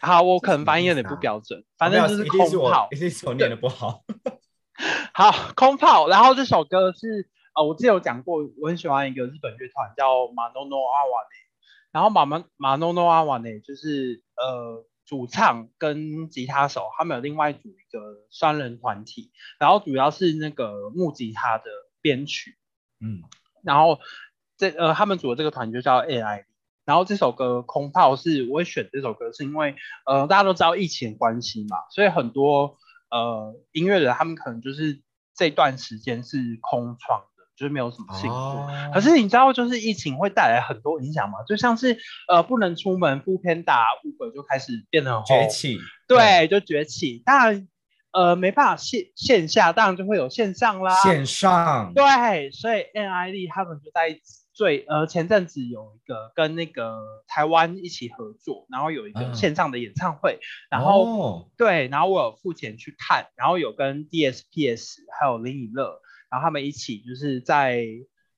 好，我可什能么翻意译有点思不啊标准，我反没有正就是一定空是炮我，，一定是我念的不好。 好，空炮。然后这首歌是呃，我之前有讲过，我很喜欢一个日本乐团叫马诺诺阿瓦内，然后马马马诺诺阿瓦内就是呃主唱跟吉他手，他们有另外组一个双人团体，然后主要是那个木吉他的编曲，嗯，然后这呃他们组的这个团就叫 AI。然后这首歌《空炮》是我会选这首歌，是因为呃大家都知道疫情的关系嘛，所以很多呃音乐人他们可能就是这段时间是空窗的，就是没有什么兴趣。哦可是你知道，就是疫情会带来很多影响吗？就像是呃不能出门，不偏打 Uber 就开始变得很崛红起，对，就崛起。当然呃没办法线线下，当然就会有线上啦，线上，啊对，所以 NID 他们就在最呃前阵子有一个跟那个台湾一起合作，然后有一个嗯线上的演唱会，然后、哦对，然后我有付钱去看，然后有跟 DSPS 还有林以乐，然后他们一起就是在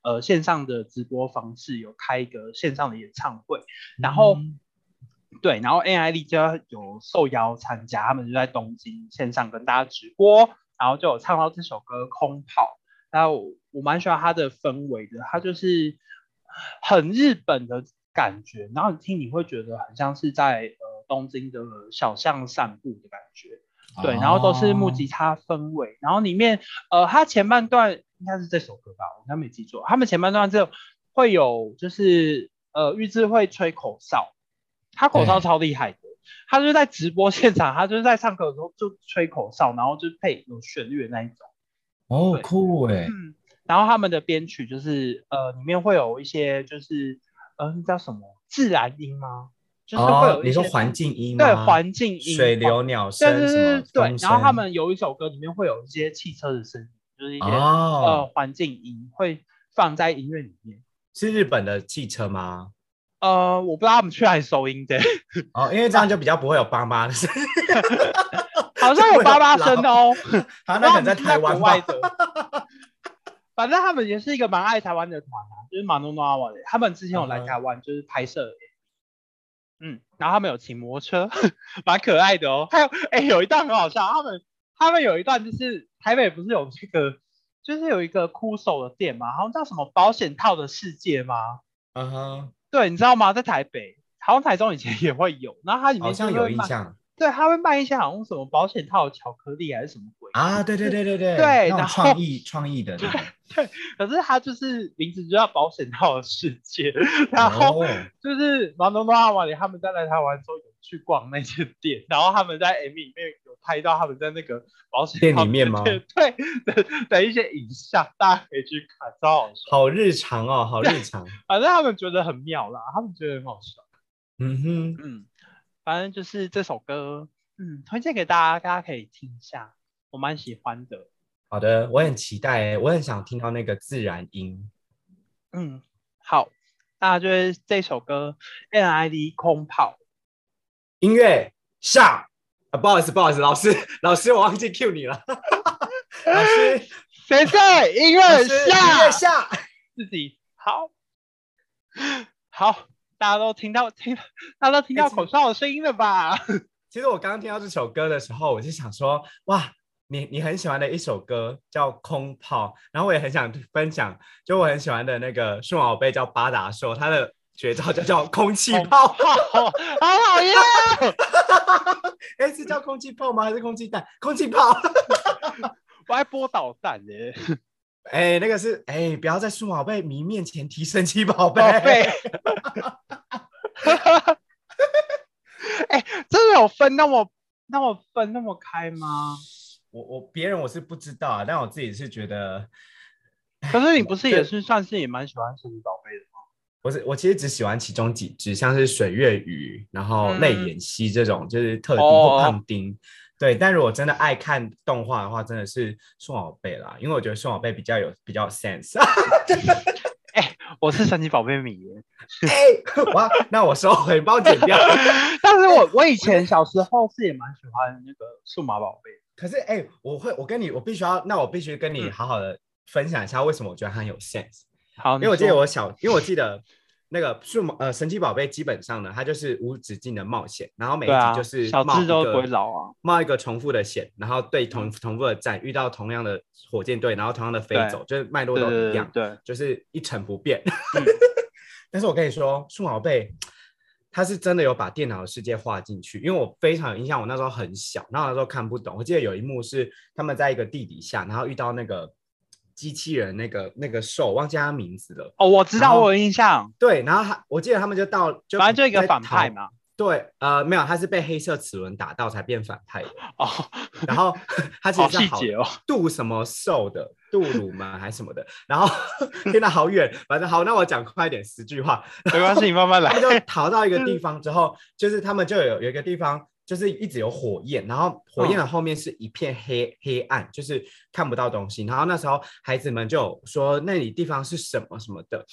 呃线上的直播方式有开一个线上的演唱会，然后嗯对，然后 NID 就有受邀参加，他们就在东京线上跟大家直播，然后就有唱到这首歌《空跑》，然后我我蛮喜欢它的氛围的，它就是很日本的感觉，然后你听你会觉得很像是在呃东京的小巷散步的感觉，对，然后都是木哦吉他氛围，然后里面呃，它前半段应该是这首歌吧，我应该没记错，他们前半段就会有就是呃，玉置会吹口哨，他口哨对超厉害的，他就是在直播现场，他就是在唱歌的时候就吹口哨，然后就配有旋律的那一种。哦对，酷哎，嗯，然后他们的编曲就是呃，里面会有一些就是呃，那叫什么自然音吗？就是会哦有，一你说些环境音对吗环境音、哦水流、鸟声对对什么对对风。然后他声们有一首歌里面会有一些汽车的声音，就是一些、呃哦，环境音会放在音乐里面。是日本的汽车吗？呃，我不知道他们去哪里收音的， 哦，因为这样就比较不会有爸妈的声音。好像有不要爸爸老声哦。好，然那后可能在台湾国外吧。的。 反正他们也是一个蛮爱台湾的团啊，就是马诺诺阿瓦的。他们之前有来嗯哼台湾，就是拍摄。嗯，然后他们有骑摩托车， 蛮可爱的哦。还有，哎、有一段很好笑，他们他们有一段就是台北不是有这个，就是有一个哭手的店嘛，好像叫什么保险套的世界吗？嗯哼，对，你知道吗？在台北，好像台中以前也会有，然后它里面好像就会有印卖，象对，他会卖一些好像什么保险套的巧克力还是什么鬼啊，对对对对对， 对那然种后创意创意的那种，可是它就是名字就叫保险套的世界，然后哦就是毛东东阿瓦里他们在来台湾的时候有去逛那间店，然后他们在 MV 里面有拍到他们在那个保险店套里面吗店对的的一些影像，大家可以去看，超好笑。好日常哦，好日常。反正他们觉得很妙啦，他们觉得很好笑。嗯哼，嗯，反正就是这首歌，嗯，推荐给大家，大家可以听一下，我蛮喜欢的。好的，我很期待欸，我很想听到那个自然音。嗯，好，那就是这首歌《NID 空炮》。音乐上啊，不好意思，不好意思，老师，老师，我忘记 Q 你了。 老师，谁在音老乐师音下乐下，自己好，好，大家都听到听，大家都听到口哨的声音了吧？其实我刚刚听到这首歌的时候，我就想说，哇，你你很喜欢的一首歌叫《空炮》，然后我也很想分享，就我很喜欢的那个数码宝贝叫巴达兽，它的绝招就叫空气炮。好讨厌哦， 哎、是叫空气炮吗？还是空气弹？空气炮。 我还播导弹耶，哎、那个是哎、不要在数码宝贝迷面前提神奇宝贝。宝贝。哎、真的有分那么那么分那么开吗？我我别人我是不知道啊，但我自己是觉得，可是你不是也对是算是也蛮喜欢神奇宝贝的吗？我是我其实只喜欢其中几只，像是水月鱼，然后嗯泪眼蜥这种，就是特丁哦或胖丁。对，但如果真的爱看动画的话，真的是宋宝贝啦，因为我觉得宋宝贝比较有比较有 sense。 我是神奇宝贝迷耶。哎， 哇，那我收回，帮我剪掉。 但是我我以前小时候是也蛮喜欢那个数码宝贝，可是哎、我会，我跟你，我必须要，那我必须跟你嗯好好的分享一下为什么我觉得它很有 sense。好，因你为我记得说我小，因为我记得那个数码呃神奇宝贝基本上呢，它就是无止境的冒险，然后每一对啊集就是小冒智一都个不会老啊，冒一个重复的险，然后对嗯同重复的战，遇到同样的火箭队，然后同样的飞对走，就是脉络对都对一对样，对，就是一成不变。嗯 但是我跟你说，数码宝贝。它是真的有把电脑的世界画进去，因为我非常有印象，我那时候很小，然后那时候看不懂。我记得有一幕是他们在一个地底下，然后遇到那个机器人，那个那个兽，忘记他名字了。哦，我知然道，后我有印象，对，然后他，我记得他们就到，就反正就一个在反逃派。嘛。哦对，呃，没有，他是被黑色齿轮打到才变反派的。哦，然后他其好实是细好节哦，杜什么兽的，杜鲁吗还是什么的？然后 天哪，好远，反正好，那我讲快一点，十句话。没关系，你慢慢来哦他。 就逃到一个嗯地方之后，就是他们就有有一个地方，就是一直有火焰，然后嗯火焰的后面是一片黑、黑暗，就是看不到东西。然后那时候孩子们就有说那里地方是什么什么的，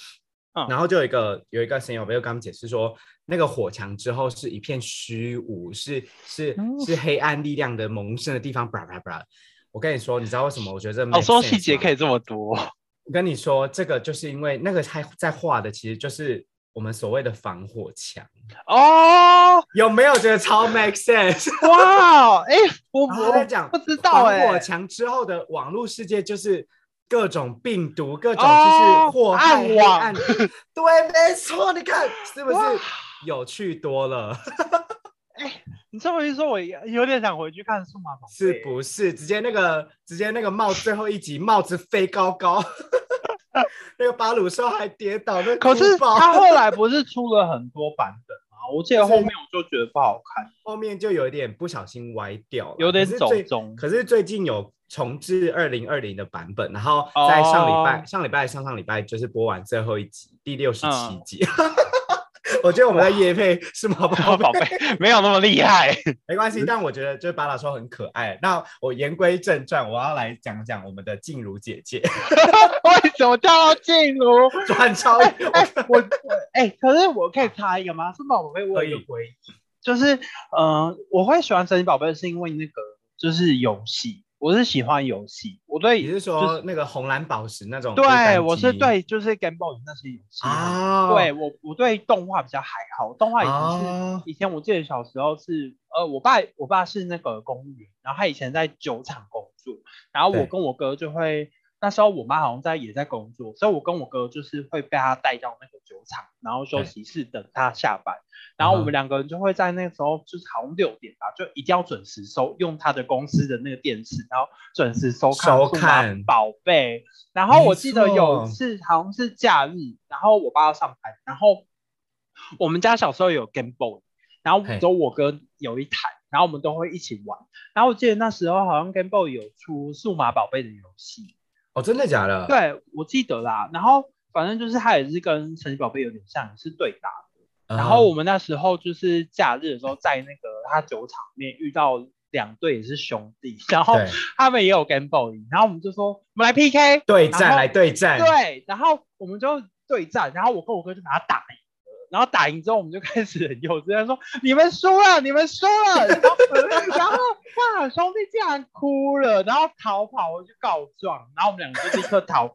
嗯然后就有一个有一个神友没有跟他们解释说，那个火墙之后是一片虚无，是是嗯是黑暗力量的萌生的地方，叭叭叭。我跟你说，你知道为什么？我觉得这哦， make 说 sense 细节吗可以这么多，我跟你说，这个就是因为那个他在画的，其实就是我们所谓的防火墙，哦，有没有觉得 超 make sense？哇，哎，我然后他在我讲不知道防火哎，墙之后的网络世界就是各种病毒，各种就哦是祸害、暗黑网 暗对，没错，你看是不是哇有趣多了？你这么一说，我有点想回去看数码宝贝，是不是？直接那个，直接那个帽，最后一集帽子飞 高高，那个巴鲁兽还跌倒，那可是哭爆他后来不是出了很多版本吗？我记得后面我就觉得不好看，后面就有点不小心歪掉了，有点可是走最中可是最近有重置二零二零的版本，然后在上礼拜、哦上礼拜、上上礼拜就是播完最后一集，第六十七嗯 集。我觉得我们在夜配是吗？小宝贝 没有那么厉害。 没关系，但我觉得就是巴拉说很可爱。那我言归正传，我要来讲讲我们的静茹姐姐 为什么叫静茹？转超哎哎我我哎、可是我可以插一个吗？森宝贝，我有一可个回忆，就是呃，我会喜欢神奇宝贝是因为那个就是游戏，我是喜欢游戏，我对你是说那个红蓝宝石那种孤单鸡？对我是对就是 Game Boy 那些游戏，啊，对我我对动画比较还好，动画以前是、啊，以前我记得小时候是呃，我爸我爸是那个公务员，然后他以前在酒厂工作，然后我对跟我哥就会那时候我妈好像在也在工作，所以我跟我哥就是会被他带到那个酒厂，然后休息室等他下班，然后我嗯哼们两个人就会在那时候就是好像六点吧，就一定要准时收用他的公司的那个电视，然后准时收看收数码看宝贝，然后我记得没错有一次好像是假日，然后我爸要上班，然后我们家小时候有 Game Boy，然后嘿只有我跟有一台，然后我们都会一起玩。然后我记得那时候好像 Game Boy 有出数码宝贝的游戏，哦，真的假的？，对我记得啦。然后反正就是它也是跟神奇宝贝有点像，是对打啊嗯然后我们那时候就是假日的时候，在那个他酒厂里面遇到两队也是兄弟，然后对他们也有 Game Boy，然后我们就说我们来 PK，对然战后来对战，对，然后我们就对战，然后我跟我哥就把他打赢了，然后打赢之后我们就开始很幼稚，他说你们输了，你们输了， 然后然后哇兄弟竟然哭了，然后逃跑我就告状，然后我们两个就立刻逃跑。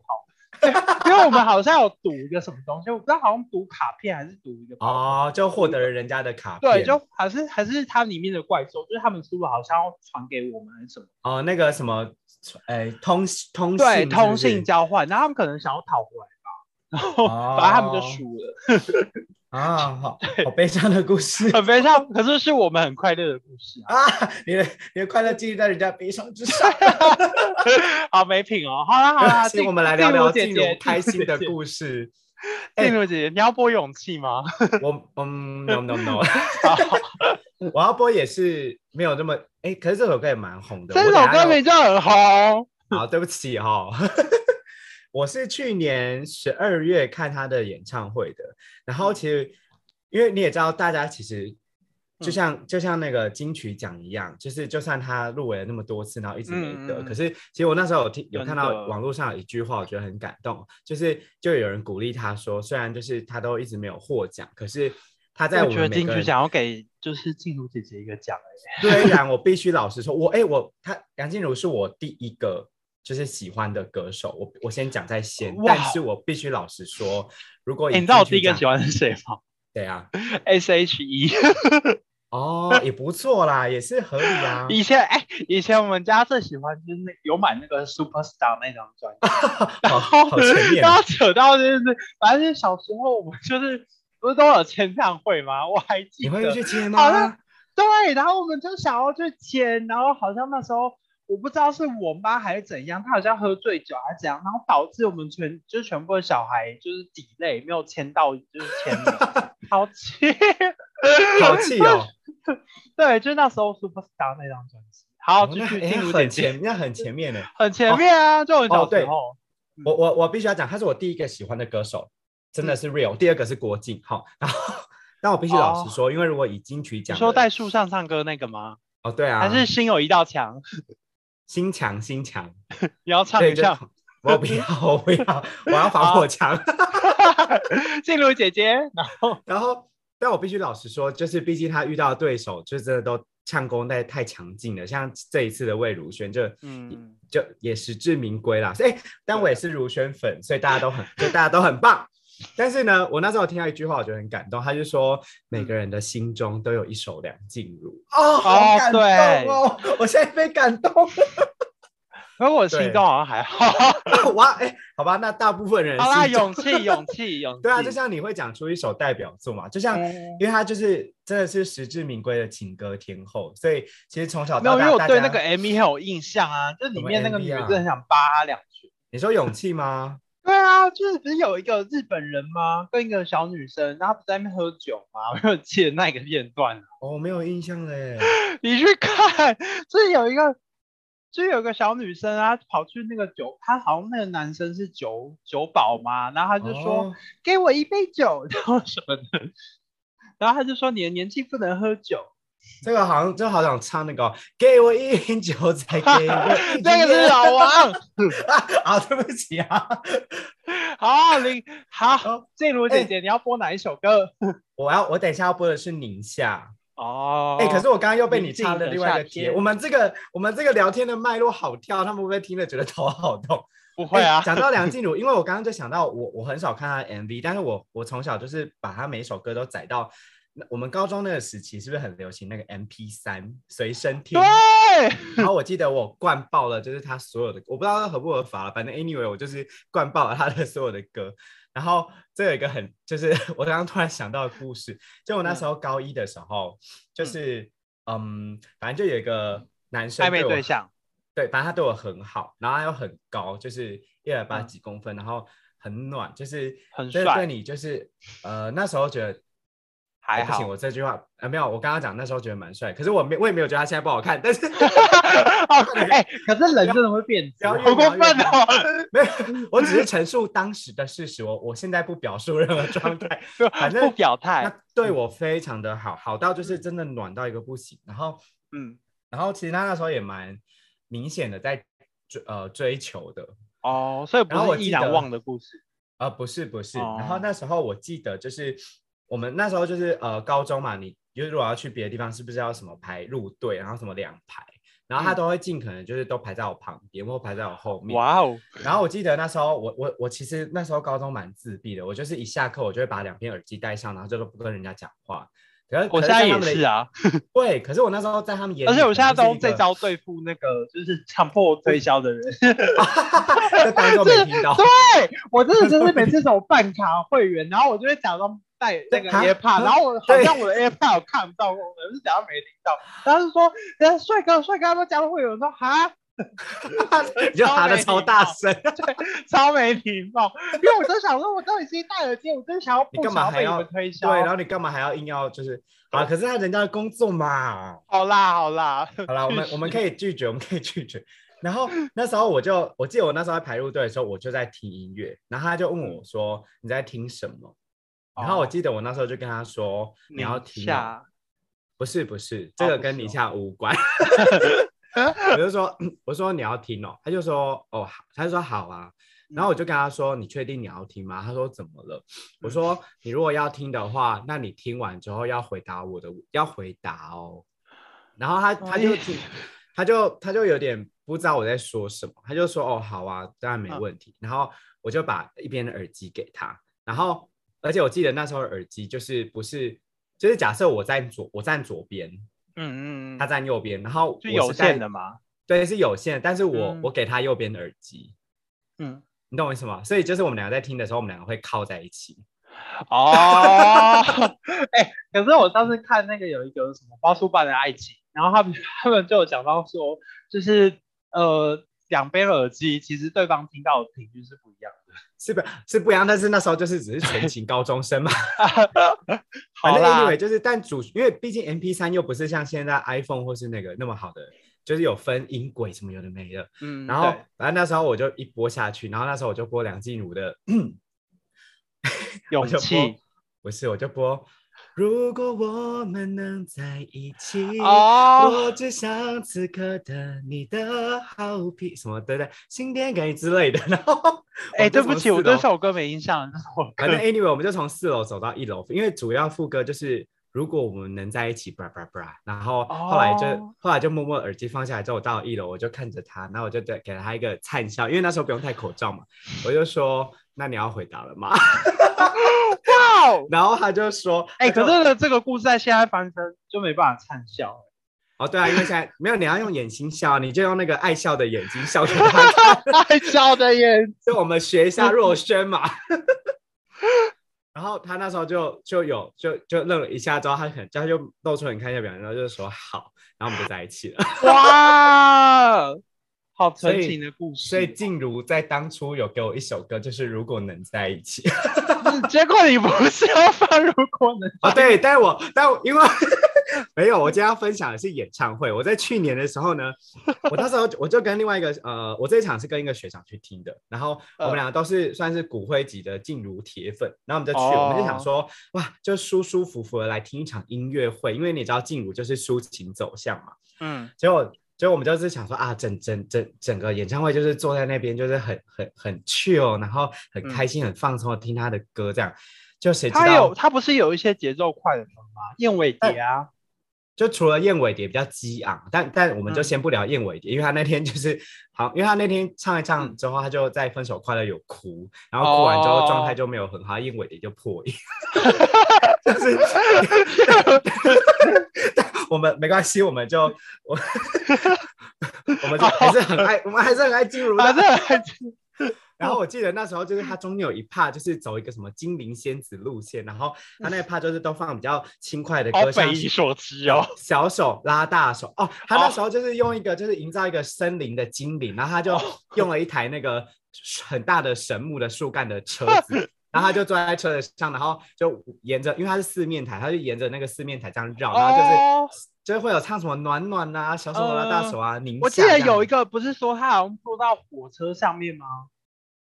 对因为我们好像有赌一个什么东西，我不知道好像赌卡片还是赌一个包哦，就获得了人家的卡片，对，就还是还是它里面的怪兽，就是他们输了好像要传给我们还是什么？哦那个什么，哎，通通对，信通是不信是交换，然后他们可能想要讨回来吧，然 后哦反正他们就输了，啊，好好悲伤的故事 很悲伤。可是是我们很快乐的故事啊， 啊，你的你的快乐建立在人家悲伤之上。好没品哦。好啦好 啦，所以静我们来聊聊静茹姐静茹姐开心的静茹故事。姐姐静茹姐姐，你要播勇气 吗？我嗯，no no no，好 我要播也是没有那么哎，可是这首歌也蛮红的。这我等首下歌要名叫很红， 好，对不起哈、 我是去年十二月看他的演唱会的，然后其实因为你也知道，大家其实就嗯像、就像那个金曲奖一样，就是就算他入围了那么多次，然后一直没得，嗯嗯嗯可是其实我那时候有听有看真到的网络上有一句话，我觉得很感动，就是就有人鼓励他说，虽然就是他都一直没有获奖，可是。他在我我觉们得每进个去人想要给就是静茹姐姐一个奖哎、 虽然我必须老实说，我哎、我他梁静茹是我第一个就是喜欢的歌手，我我先讲在先，哇但是我必须老实说，如果以哎你知道我金曲第一个奖喜欢是谁 吗对啊， ？S H E。。哦，也不错啦，也是合理啊 以前哎、以前我们家最喜欢就是那有买那个 Superstar 那张专辑，好好前面然哦后扯到就是，反正就是小时候我们就是不是都有签唱会吗？我还记你得，会去接好了吗？对，然后我们就想要去签，然后好像那时候我不知道是我妈还是怎样，她好像喝醉酒还是怎样，然后导致我们全就全部的小孩就是 delay 没有签到，就是签名，好气。 好气哦！对，就是那时候 Superstar 那张专辑。好，哦继那续哎进入很姐前姐，那很前面呢。很前面啊，就很哦小对时候。我我我必须要讲，他是我第一个喜欢的歌手，真的嗯是 real。第二个是郭靖，好， 然后但我必须老实说，因为如果以金哦曲你奖的，说在树上唱歌那个吗？哦对啊，还是心有一道墙？心强心强。你要唱对一就下。 我不要，我不要，我要防火墙。静茹姐姐，然后 然后，但我必须老实说，就是毕竟他遇到的对手，就真的都唱功太太强劲了。像这一次的魏如萱，就嗯，就也实至名归啦。哎，但我也是如萱粉，所以大家都很，就大家都很棒。但是呢，我那时候听到一句话，我觉得很感动，他就说每个人的心中都有一首梁静茹。哦，好感动哦！我现在被感动了。 可是我心中好像还好。哇，哎，好吧，那大部分人好啦，心中勇气，勇气，勇气。 对啊，就像你会讲出一首代表作嘛，就像嗯因为她就是真的是实至名归的情歌天后，所以其实从小没有，到因大，为我大对家那个 MV 很有印象啊，就里面那个女什的么 MV 啊真的很想扒她两拳。你说勇气吗？对啊，就是不是有一个日本人吗？跟一个小女生，然后不在那边喝酒吗？ 我有记得那个片段啊， 哦，没有印象嘞。你去看，就是有一个，就是有一个小女生啊，跑去那个酒，她好像那个男生是酒酒保嘛，然后她就说、哦给我一杯酒，然后什么的，然后她就说你的年纪不能喝酒，这个好像，这个好想唱那个哦、给我一瓶酒，再给我 一那个是啊老王， 好，对不起啊， 好林好哦，静茹姐姐、你要播哪一首歌？我要我等一下要播的是宁夏。哦，哎、可是我刚刚又被你宁静插了的另外一夏个题。天我们这个我们这个聊天的脉络好跳，他们会不会听了觉得头好痛？不会啊欸，讲到梁静茹，因为我刚刚就想到我，我很少看她的 MV，但是我我从小就是把她每一首歌都载到。那我们高中那个时期是不是很流行那个 MP 三随身听对？，然后我记得我灌爆了，就是她所有的，我不知道合不合法了，反正 anyway 我就是灌爆了她的所有的歌。然后这有一个很，就是我刚刚突然想到的故事，就我嗯那时候高一的时候，就是嗯，反正就有一个男生暧昧对我对象，对，反正他对我很好，然后他又很高，嗯就是一百八几公分，然后很暖，就是很对帅对你就是呃那时候觉得还哎不行，好。我这句话呃没有，我刚刚讲那时候觉得蛮帅，可是我没我也没有觉得他现在不好看，但是哦， 哎，可是人真的会变质，啊不要好过分哦！没有，我只是陈述当时的事实，我我现在不表述任何状 态，反正不表他态，对我非常的好，好到就是真的暖到一个不行，然后嗯，然后其实他那时候也蛮明显的在追呃追求的，哦，所以不然后我是记意难得忘的故事，啊，不是不是，然哦后那时候我记得就是我们那时候就是呃高中嘛，你就是如果要去别的地方，是不是要什么排入队，然后什么两排，然后他嗯都会尽可能就是都排在我旁边或排在我后面。哇哦，然后我记得那时候我我我其实那时候高中蛮自闭的，我就是一下课我就会把两边耳机戴上，然后就都不跟人家讲话。可是我可现在在也他们的是，啊，对，可是我那时候在他们眼里而可且能就是一个，我现在都这招对付那个就是强迫推销的人， 就当做没 听到。对我真的就是每次这种办卡会员，然后我就会假装带那个啊 AirPod，啊然后我好对像我的 AirPod 我看不到，我我是假装没听到。然后就说，人家帅哥帅哥，他们加入会员，我说哈，你就喊的没超礼大貌声，超没礼貌。因为我就想说，我到底是戴耳机，我真的想要你不干想嘛要还被你要们推销对，？然后你干嘛还要硬要就是啊？可是他人家的工作嘛，好啦好啦，好啦，我们我们可以拒绝，我 们可以拒绝。然后嗯那时候我就，我记得我那时候在排入队的时候，我就在听音乐，然后他就问我说：“你在听什么？”哦然后我记得我那时候就跟他说：“你要听哦、下，不是不是，哦这个不跟是宁哦夏无关。 我就说，嗯我说你要听哦，他就说哦，好，他就说好啊。然后我就跟他说，你确定你要听吗？他说怎么了？嗯我说你如果要听的话，那你听完之后要回答我的，要回答哦。然后他他就哎听，他就他就有点不知道我在说什么，他就说哦，好啊，当然没嗯问题。然后我就把一边的耳机给他，然后而且我记得那时候的耳机就是不是。就是假设我在左，我站左边，嗯嗯他嗯，站右边，然后是我有戴限的，嘛，对，是有线，但是我、嗯我给他右边的耳机，嗯，你懂我意思吗？所以就是我们两个在听的时候，我们两个会靠在一起。嗯哦， 哎，可是我上次看那个有一个什么《花束般的爱情》，然后他们他们就有讲到说，就是呃两边耳机其实对方听到的频率是不一样的。是不是不一样？但是那时候就是只是纯情高中生嘛，反 好正啦 anyway，就是但主因为毕竟 M P 三又不是像现在 iPhone 或是那个那么好的，就是有分音轨什么有的没的，嗯，然后对反正那时候我就一播下去，然后那时候我就播梁静茹的，我勇就播气不是我就播，如果我们能在一起，哦我只想此刻的你的好比什么对不对，心电感应之类的。 然后，哎，对就不从起，我四对楼这首歌没印象，这是我 反正歌。 anyway，我们就从四楼走到一楼，因为主要副歌就是如果我们能在一起，bra bra bra。然后后来就、哦后来就默默耳机放下来之后，我到一楼我就看着他，然后我就对给了他一个灿笑，因为那时候不用戴口罩嘛，我就说那你要回答了吗？ 哇哦，然后他就说，哎，他就可是呢，这个故事在现在发生就没办法灿笑。哦对啊，因为现在没有你要用眼睛笑，你就用那个爱笑的眼睛笑给他 看。 爱笑的眼就我们学一下若轩嘛。 然后他那时候就就有就就愣了一下之后，他可能他就露出很开心的表情，然后就说好，然后我们就在一起了。 哇，好所纯以情的故事。所以静茹在当初有给我一首歌，就是《如果能在一起》 结果你不是要放如果能啊，对，但我但我因为 没有，我今天要分享的是演唱会。我在去年的时候呢，我那时候我就跟另外一个呃，我这一场是跟一个学长去听的，然后我呃们两个都是算是骨灰级的静茹铁粉，然后我们就去，哦我们就想说哇，就舒舒服服的来听一场音乐会，因为你知道静茹就是抒情走向嘛，嗯结果结果我们就是想说啊，整整整整个演唱会就是坐在那边，就是很很很 chill，然后很开心、很放松的听他的歌这样。就谁，知他嗯有道，他不是有一些节奏快的歌吗？燕尾蝶啊，就除了燕尾蝶比较激昂，但但我嗯们就先不聊燕尾蝶，因为他那天就是好，因为他那天唱一唱嗯之后，他就在《分手快乐》有哭，然后哭完之哦后状态就没有很好，燕尾蝶就破 音，就是 我们没关系，我们就我我们就还是很爱，我们还是很爱静茹的反。正然后我记得那时候就是他中间有一趴就是走一个什么精灵仙子路线，然后他那一趴就是都放比较轻快的嗯好歌，匪像夷是所思哦。小手拉大手哦，他那哦时候就是用一个就是营造一个森林的精灵，然后他就哦 用了一台那个很大的神木的树干的车 子。然后他就坐在车子上，然后就沿着，因为它是四面台，他就沿着那个四面台这样绕，然后就是、哦，就是会有唱什么暖暖啊、小手拉大手啊、宁夏我记得这样有一子个不是说他好像坐到火车上面吗？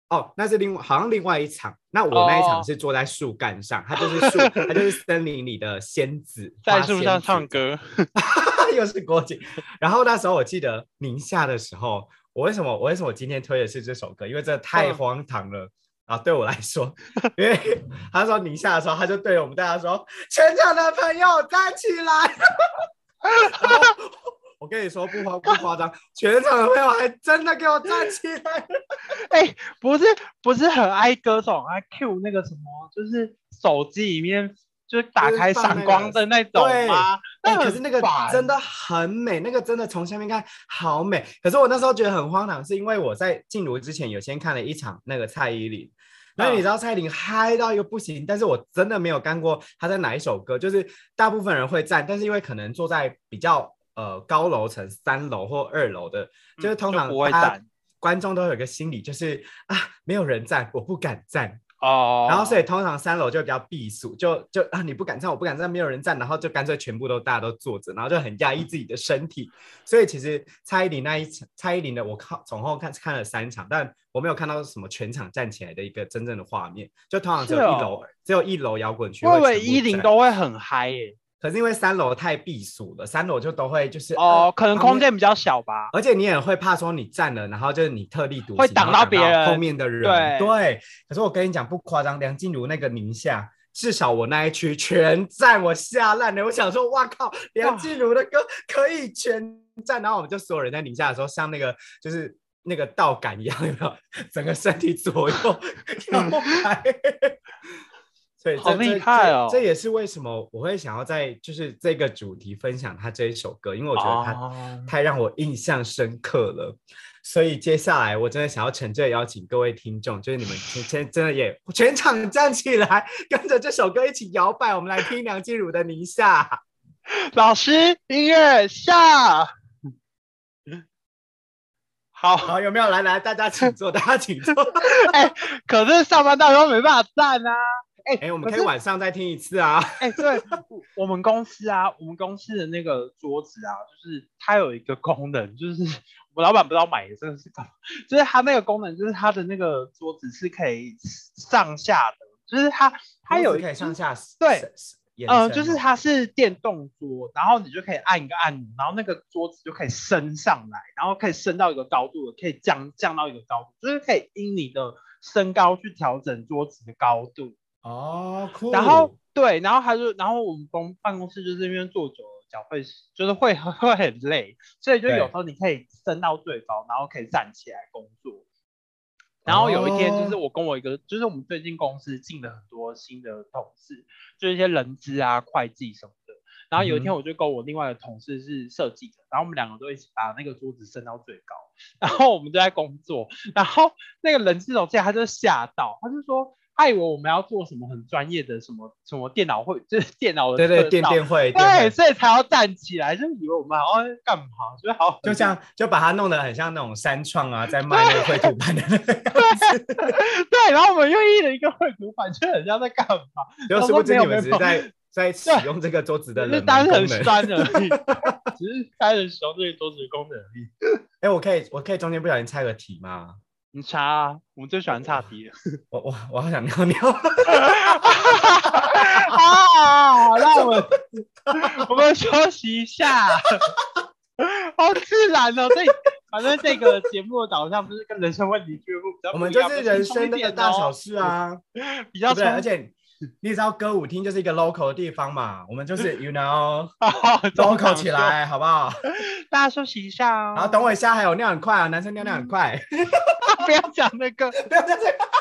哦，那是另外好像另外一场，那我那一场哦是坐在树干上，他就是树，他就是森林里的仙子，在花树仙上子唱歌， 又是郭靖。然后那时候我记得宁夏的时候，我为什么我为什么今天推的是这首歌？因为真的太嗯荒唐了。啊，对我来说， 因为他说宁夏的时候，他就对我们大家说：“全场的朋友站起来！” 然后我跟你说不夸不夸张，全场的朋友还真的给我站起来。 哎、不是不是很爱歌手，很爱 Q 那个什么，就是手机里面就是打就是开放那闪光个灯那种对吗？哎、那可很是那个烦真的很美，那个真的从下面看好美。可是我那时候觉得很荒唐，是因为我在进炉之前有先看了一场那个蔡依林，那嗯你知道蔡依林嗨到一个不行，但是我真的没有干过她在哪一首歌，就是大部分人会站，但是因为可能坐在比较呃高楼层三楼或二楼的，就是嗯通就常不会大家站观众都有一个心理，就是啊没有人站，我不敢站，哦，然后所以通常三楼就比较避暑，就就啊你不敢站，我不敢站，没有人站，然后就干脆全部都大家都坐着，然后就很压抑自己的身体。所以其实蔡依林那一场，蔡依林的我靠从后看看了三场，但我没有看到什么全场站起来的一个真正的画面，就通常只有是哦一楼，只有一楼摇滚区我会以为全部一零站，都会很嗨耶、可是因为三楼太避暑了，三楼就都会就是呃哦，可能旁边空间比较小吧。而且你也会怕说你站了，然后就是你特立独行，会挡然后到别人后面的人。对可是我跟你讲不夸张，梁静茹那个宁夏，至少我那一区全站，我吓烂了。我想说，哇靠，梁静茹的歌可以全站，然后我们就所有人在宁夏的时候，像那个就是。那个倒杆一样，有没有？整个身体左右摇 摆，所以嗯这好厉害哦这！这也是为什么我会想要在就是这个主题分享他这一首歌，因为我觉得他哦太让我印象深刻了。所以接下来我真的想要诚挚地邀请各位听众，就是你们今天真的也全场站起来，跟着这首歌一起摇摆，我们来听梁静茹的《宁夏》。老师，音乐下。 好，好，有没有？来来，大家请坐，大 家请坐。可是上班到时候没办法站啊。哎、哎、我们可可是以晚上再听一次啊。哎、对，我我们公司啊，我们公司的那个桌子啊，就是它有一个功能，就是我老板不知道买的这个是干嘛，就是它那个功能，就是它的那个桌子是可以上下的，就是它它有一可以上就是下对伸，延呃，伸就是吗它是电动桌，然后你就可以按一个按钮，然后那个桌子就可以升上来，然后可以升到一个高度，可以降降到一个高度，就是可以因你的身高去调整桌子的高度。哦，酷。然后对，然后他就，然后我们公办公室就是那边坐久了，脚会就是会会很 累，所以就有对时候你可以升到最高，然后可以站起来工作。然后有一天，就是哦我跟我一个，就是我们最近公司进了很多新的同事，就是一些人资啊、会计什么的。然后有一天，嗯我就跟我另外的同事是设计的，然后我们两个都一起把那个桌子升到最高，然后我们就在工作，然后那个人事总监他就吓到，他就说：“害我我们要做什么很专业的什么什么电脑会，就是电脑的对对，特电效电会，电对，会所以才要站起来，就以为我们好像在干嘛，就好就像就把它弄得很像那种三创啊，在卖那个绘图板的那个样子，对， 然后我们又印了一个绘图板，就很像在干嘛， 就是不知没有你们只是 在在使用这个桌子的只是冷单门人功能。酸而 已，只是单人使用这个桌子的功能而已。哎，我可以我可以中间不小心插个题吗？你查啊，我们最 喜欢差题了。我我我好想尿尿，哦啊，让我们我们休息一下， 好自然哦。这反正这个节目的导向不是跟人生问题俱乐部比较 我不们一就样，是轻人松生一那个点大哦小事啊，比对较不轻对？而且你也知道歌舞厅就是一个 local 的地方嘛，我们就是 you know 好 local 起，来，好 不好？大家休息一下哦。然后等我一下，还有尿很快啊，男生尿尿很快， 不要讲那个，不要再这样。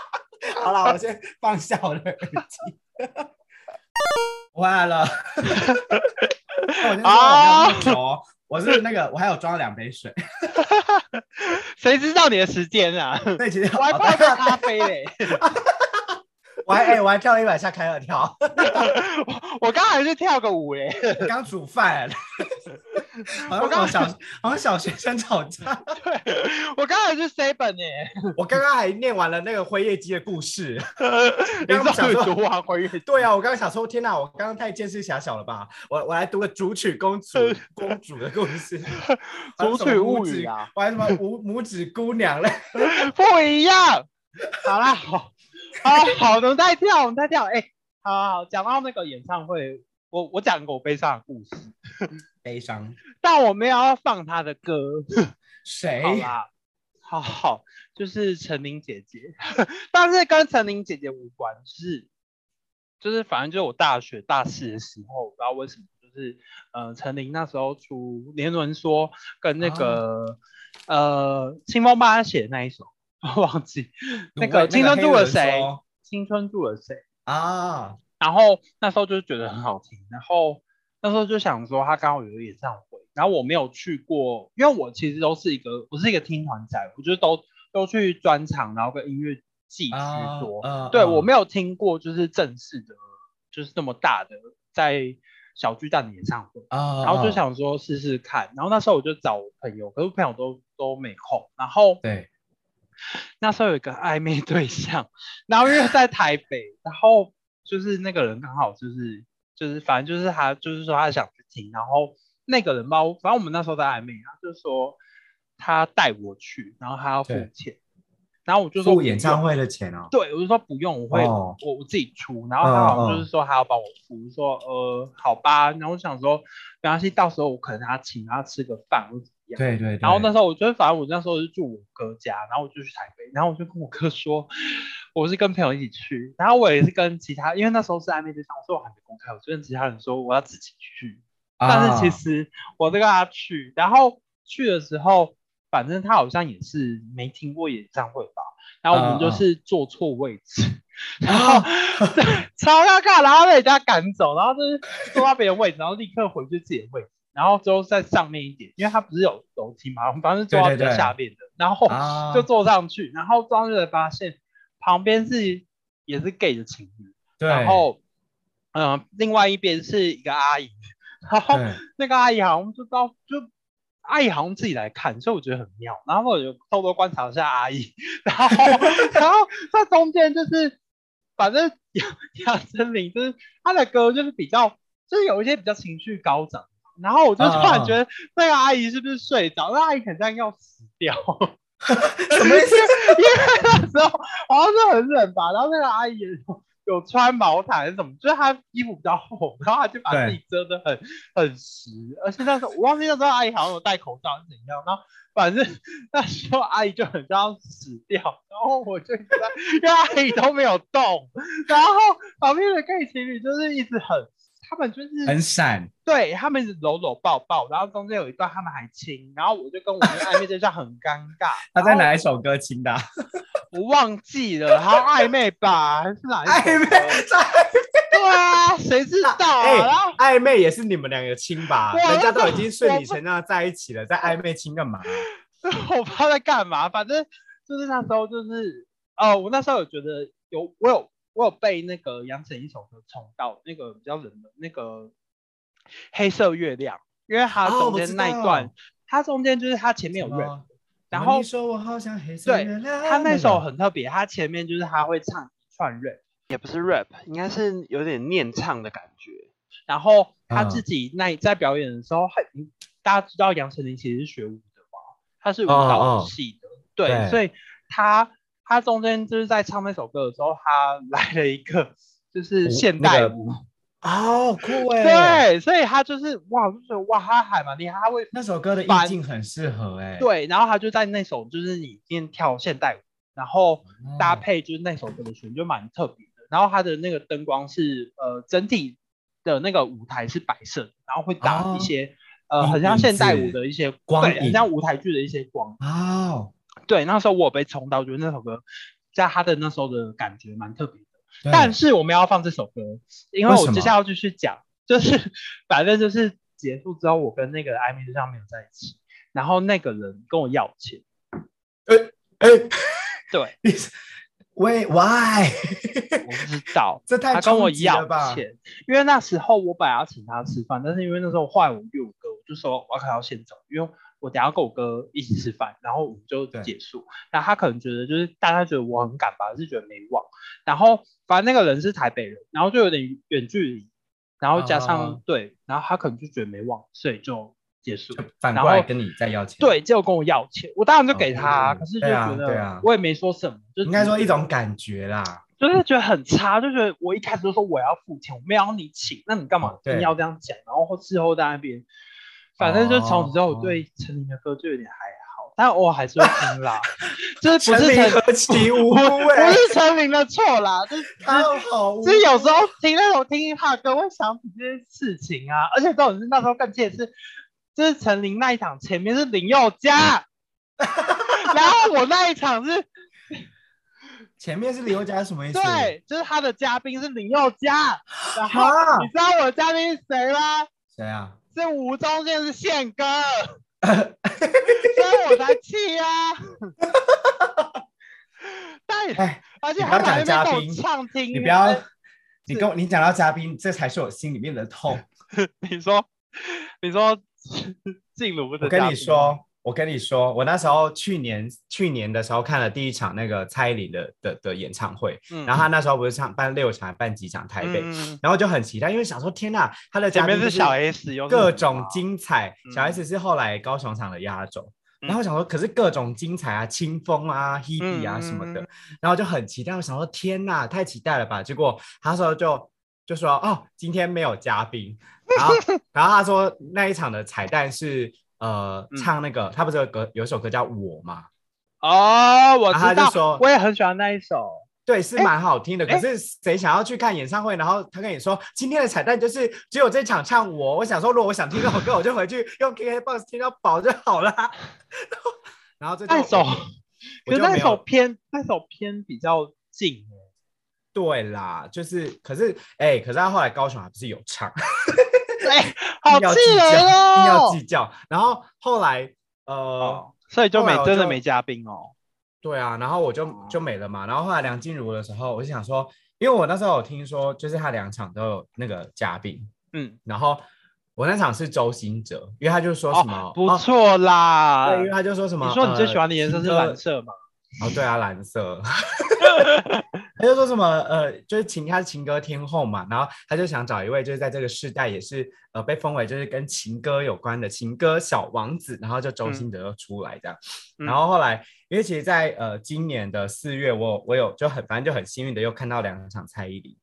好了，我先放下我的耳机。 完了，那我先说我没有那么久哦，我啊是那个我还有装了两杯水， 谁知道你的时间 啊？所以其实我还哦泡一杯咖啡嘞， 我还哎、我还跳一百下开合跳，我刚才是跳个舞嘞，刚 煮饭，好像我刚 小好像小学生吵架，我刚才是 seven 哎，我刚刚还念完了那个辉夜姬的故事。你刚刚想终于说读完回乐对啊，我刚刚想说，天哪，我刚刚太见识狭小了吧？我我来读个《竹取公 主》公主的故事，竹取物语啊，我还什么拇拇指姑娘嘞？不一样。好啦，好，好，好，我们再跳，我们再跳。哎、好好好，讲到那个演唱会，我我讲过我悲伤的故事，悲伤但我没有要放他的歌。谁？好啦，哎好好，就是陈琳姐姐， 但是跟陈琳姐姐无关，就是就是反正就是我大学大四的时候，我不知道为什么，就是呃，陈琳那时候出年轮说跟那个、呃清风帮他写的那一首， 我忘记那个青春住了谁，青春住了谁，啊？然后那时候就觉得很好听，然后那时候就想说他刚好有个演唱会，然后我没有去过，因为我其实都是一个我是一个听团仔，我就是都都去专场，然后跟音乐季居啊多。啊对啊我没有听过就是正式的，就是那么大的在小巨蛋的演唱会。啊，然后就啊想说试试看，然后那时候我就找我朋友，可是朋友都都没空。然后对那时候有一个暧昧对象，然后因为在台北，然后就是那个人刚好就是就是反正就是他就是说他想去听，然后那个人吧，我反正我们那时候在暧昧，他就说他带我去，然后他要付对钱，然后我就说付不演唱用，会的钱哦，对我就说不用，我会、哦我我自己出，然后他好嗯嗯像就是说他要帮我付，我说呃好吧，然后我想说没关系，到时候我可能他请他吃个饭或怎么样。对对。对然后那时候我就是，反正我那时候是住我哥家，然后我就去台北，然后我就跟我哥说，我是跟朋友一起去，然后我也是跟其他，因为那时候是暧昧对象，我说我还没公开，我就跟其他人说我要自己去，但是其啊实我都跟他去，然后去的时候，反正他好像也是没听过演唱会吧，然后我们嗯就嗯是坐错位置，然后啊 超尴尬，然后被人家赶走，然后就是坐到别人位置，然后立刻回去自己的位置，然后之后在上面一点，因为他不是有楼梯嘛，我们反正坐到比对对较对下面的，然后啊就坐上去，然后坐上去才发现旁边是也是 gay 的情侣，对，然后嗯、呃另外一边是一个阿姨，然后对 那个阿姨好像就到就。阿姨好像自己来看，所以我觉得很妙。然后我就偷偷观察一下阿姨， 然后然后她中间就是，反正杨杨丞琳就是她的歌就是比较，就是有一些比较情绪高涨。然后我就突然觉得那个阿姨是不是睡着？那阿姨肯定要死掉。什么意思？因为那时候好像是很冷吧，然后那个阿姨也有有穿毛毯还是什么，就是她衣服比较厚，然后她就把自己遮得很很实，而且那时候我忘记那时候阿姨好像有戴口罩还是怎样，然后反正 那时候阿姨就很像要死掉，然后我就一直在，因为阿姨都没有动，然后旁边的 gay 情侣就是一直很，他们就是 很闪，，对他们一直搂搂抱抱，然后中间有一段他们还亲，然后我就跟我那个暧昧对象很尴尬他在然后哪一首歌亲的 啊？我忘记了，还有暧昧吧，还是哪一首暧昧歌，对啊，谁知道啊？哎然后暧昧也是你们两个亲吧？对啊人家都已经顺理成章地在一起了，在暧昧亲干嘛？我不知道在干嘛，反正就是那时候就是哦，我那时候有觉得有我有我有被那个杨丞一首歌冲到，那个比较冷门，那个黑色月亮，因为它哦中我间知那一段，道它中间就是它前面有 rap，然什么后哦你说我好像黑色对月亮，他那首个很特别，他前面就是他会唱一串 rap，也不是 rap，应该是有点念唱的感觉。然后他嗯自己那、在表演的时候，他大家知道杨丞琳其实是学舞的嘛，他是舞哦蹈哦系的，对，对所以他他中间就是在唱那首歌的时候，他来了一个就是舞现那代个舞，哦酷哎，，对，所以他就是哇，我就觉得哇，他还蛮厉害，他会那首歌的反意境很适合哎，对，然后他就在那首就是里面跳现代舞，然后哦搭配就是那首歌的旋律就蛮特别的。然后它的那个灯光是呃整体的那个舞台是白色的，然后会打哦一些、呃影很像影现代舞子的一些光对，很影像舞台剧的一些光。哦，对，那时候我有被冲到，觉得那首歌在他的那时候的感觉蛮特别的。对但是我们要放这首歌，因为为我什接么下来要继续讲， 就是反正就是结束之后，我跟那个艾米就像没有在一起，然后那个人跟我要钱，哎，对，喂，why？ ，我不知道这太他跟我冲击了要吧钱，因为那时候我本来要请他吃饭，但是因为那时候后来我约我哥，我就说我可能要先走，因为我等一下跟我哥一起吃饭，然后我们就对结束。然后他可能觉得就是大家觉得我很赶吧，还是觉得没忘。然后反正那个人是台北人，然后就有点远距离，然后加上、啊对，然后他可能就觉得没忘，所以就结束。反然过来后跟你再要钱，对，，就跟我要钱，我当然就给他啊、哦可是就对啊觉对得啊我也没说什么，就应该说只一种感觉啦。就是觉得很差，就觉得我一开始就说我要付钱，我没有要你请，那你干嘛哦一对定要这样讲？然后事后在那边，反正就从此之后，我哦对陈琳的歌就有点还好，但我还是会听 啦，就是不是哦陈陈琳何其无不辜不哎，是陈琳的错啦，就是他好无辜，只是有时候听那种听 hiphop 歌会想起这些事情啊，而且这种是那时候更气的是，就是陈琳那一场前面是林宥嘉， 然后我那一场是前面是刘家什么意思？对，就是他的嘉宾是林宥嘉，然后。啊，你知道我的嘉宾是谁吗？谁啊？ 是吴宗宪，是宪哥，所以我才气啊！但哎，而且你不他在那要边讲嘉跟宾我唱听，啊你不要，你跟我你讲到嘉宾，这才是我心里面的痛。 你说，你说 静茹的我跟你，说，我跟你说，我那时候去年去年的时候看了第一场那个蔡依林的的的演唱会，嗯然后他那时候不是唱办六场还办几场台北，嗯然后就很期待，因为想说天呐，他的前嘉宾面就是小 S，又是各什么啊种精彩，小嗯 S 是后来高雄场的压轴。嗯然后我想说，可是各种精彩啊，清风啊、Hebe 啊什么的，嗯然后就很期待。我想说，天呐，太期待了吧！结果他说就就说哦，今天没有嘉宾。然后然后他说那一场的彩蛋是呃嗯唱那个，他不是有歌有一首歌叫我嘛？哦，我然后知他就道说，我也很喜欢那一首，对，是哎蛮好听的。哎可是谁想要去看演唱会？然后他跟你说今天的彩蛋就是只有这场唱我。我想说，如果我想听这首歌，我就回去用 KKBOX 听到饱就好了。 然后这就那首，我可是就那没首有偏那首偏比较近耶对啦，就是可是哎、可是他后来高雄还不是有唱，哎， 好 硬要气计较，人硬要哦计！较。然后后来呃。哦，所以就没后来我真的就没嘉宾哦。对啊，然后我就就没了嘛。然后后来梁静茹的时候，我就想说，因为我那时候有听说，就是她两场都有那个嘉宾，嗯，然后我那场是周兴哲，因为他就说什么、哦，不哦错啦。对，因为他就说什么，啊你说你最呃喜欢的颜色是蓝色吗？哦，对啊，蓝色。他就说什么呃，就是情他是情歌天后嘛，然后他就想找一位就是在这个世代也是呃被封为就是跟情歌有关的情歌小王子，然后就周兴哲就出来这样，嗯？然后后来因为其实在，呃今年的四月我有，我有就很反正就很幸运的又看到两场蔡依林，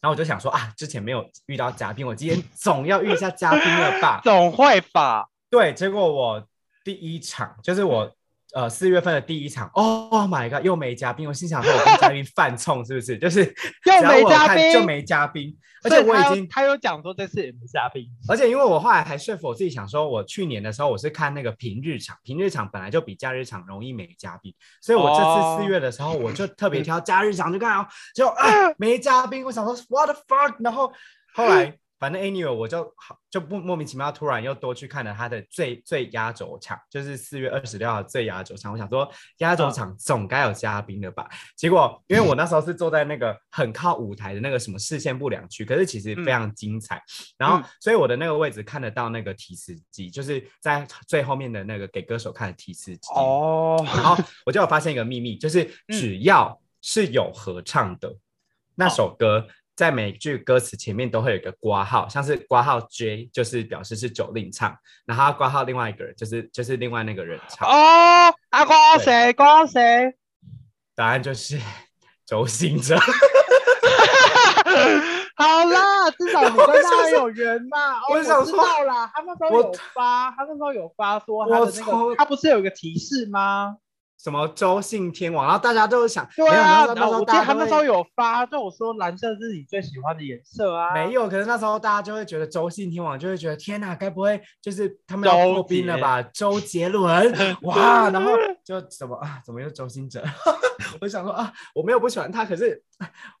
然后我就想说啊，之前没有遇到嘉宾，我今天总要遇一下嘉宾了吧总会吧？对，结果我第一场就是嗯我呃四月份的第一场，Oh my god，又没嘉宾，我心想说我跟嘉宾犯冲是不是？ 就是又只要没我嘉看宾就没嘉宾，而所且以我他已有经，他有讲说这次也没嘉宾。而且因为我后来还说服我自己想说，我去年的时候我是看那个平日场，平日场本来就比假日场容易没嘉宾，所以我这哦次四月的时候我就特 别挑假日场去看哦，就啊没嘉宾，我想说 what the fuck，然后后来反正 anyway 我就好就不莫名其妙突然又多去看了他的最最压轴场，就是四月二十六号最压轴场。我想说压轴场总该有嘉宾了吧？结果因为我那时候是坐在那个很靠舞台的那个什么视线不良区，可是其实非常精彩。然后嗯所以我的那个位置看得到那个提词机，就是在最后面的那个给歌手看的提词机。哦，然后我就有发现一个秘密，就是嗯只要是有合唱的、那首歌，在每句歌词前面都会有一个挂号，像是挂号 J 就是表示是九令唱，然后挂号另外一个人就是就是另外那个人唱，哦，啊，光谁？光谁？ 答案就是周兴哲。 好啦，至少你跟他有缘嘛。哦我想我知说道啦，他那时候有发，他那时候有发说他的那我个，他不是有一个提示吗？什么周信天王，然后大家都想，对没有啊，那时然候那时后候我记大得家他都那会时候有发，就我说蓝色是你最喜欢的颜色啊。没有，可是那时候大家就会觉得周信天王就会觉得天哪，该不会就是他们要周破冰了杰吧？周杰伦 哇，然后就怎么啊，怎么又周星哲？ 我就想说啊，我没有不喜欢他，可是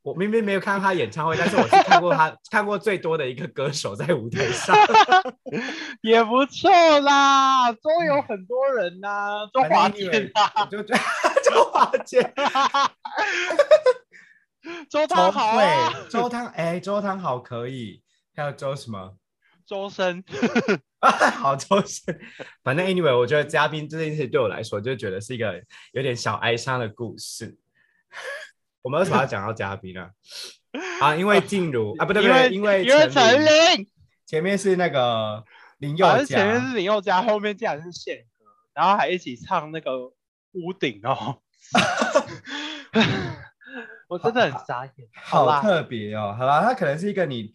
我明明没有看过他演唱会，但是我是看过他看过最多的一个歌手在舞台上。 也不错啦，都有很多人呐、周反正华 anyway，健啊，我就 周华健、 周周汤豪慧啊，、周汤哎，周汤好可以，还有周什么？周深，啊， 好抽象。反正 anyway，我觉得嘉宾这件事对我来说，就觉得是一个有点小哀伤的故事。 我们为什么要讲到嘉宾呢？啊，因为静 茹啊，不对不因为对，因为因为陈陈琳琳，前面是那个林宥反正前面嘉，是林宥嘉，后面竟然是宪哥，然后还一起唱那个屋顶哦， 我真的很傻眼。好好啦，特别哦。好啦，他可能是一个你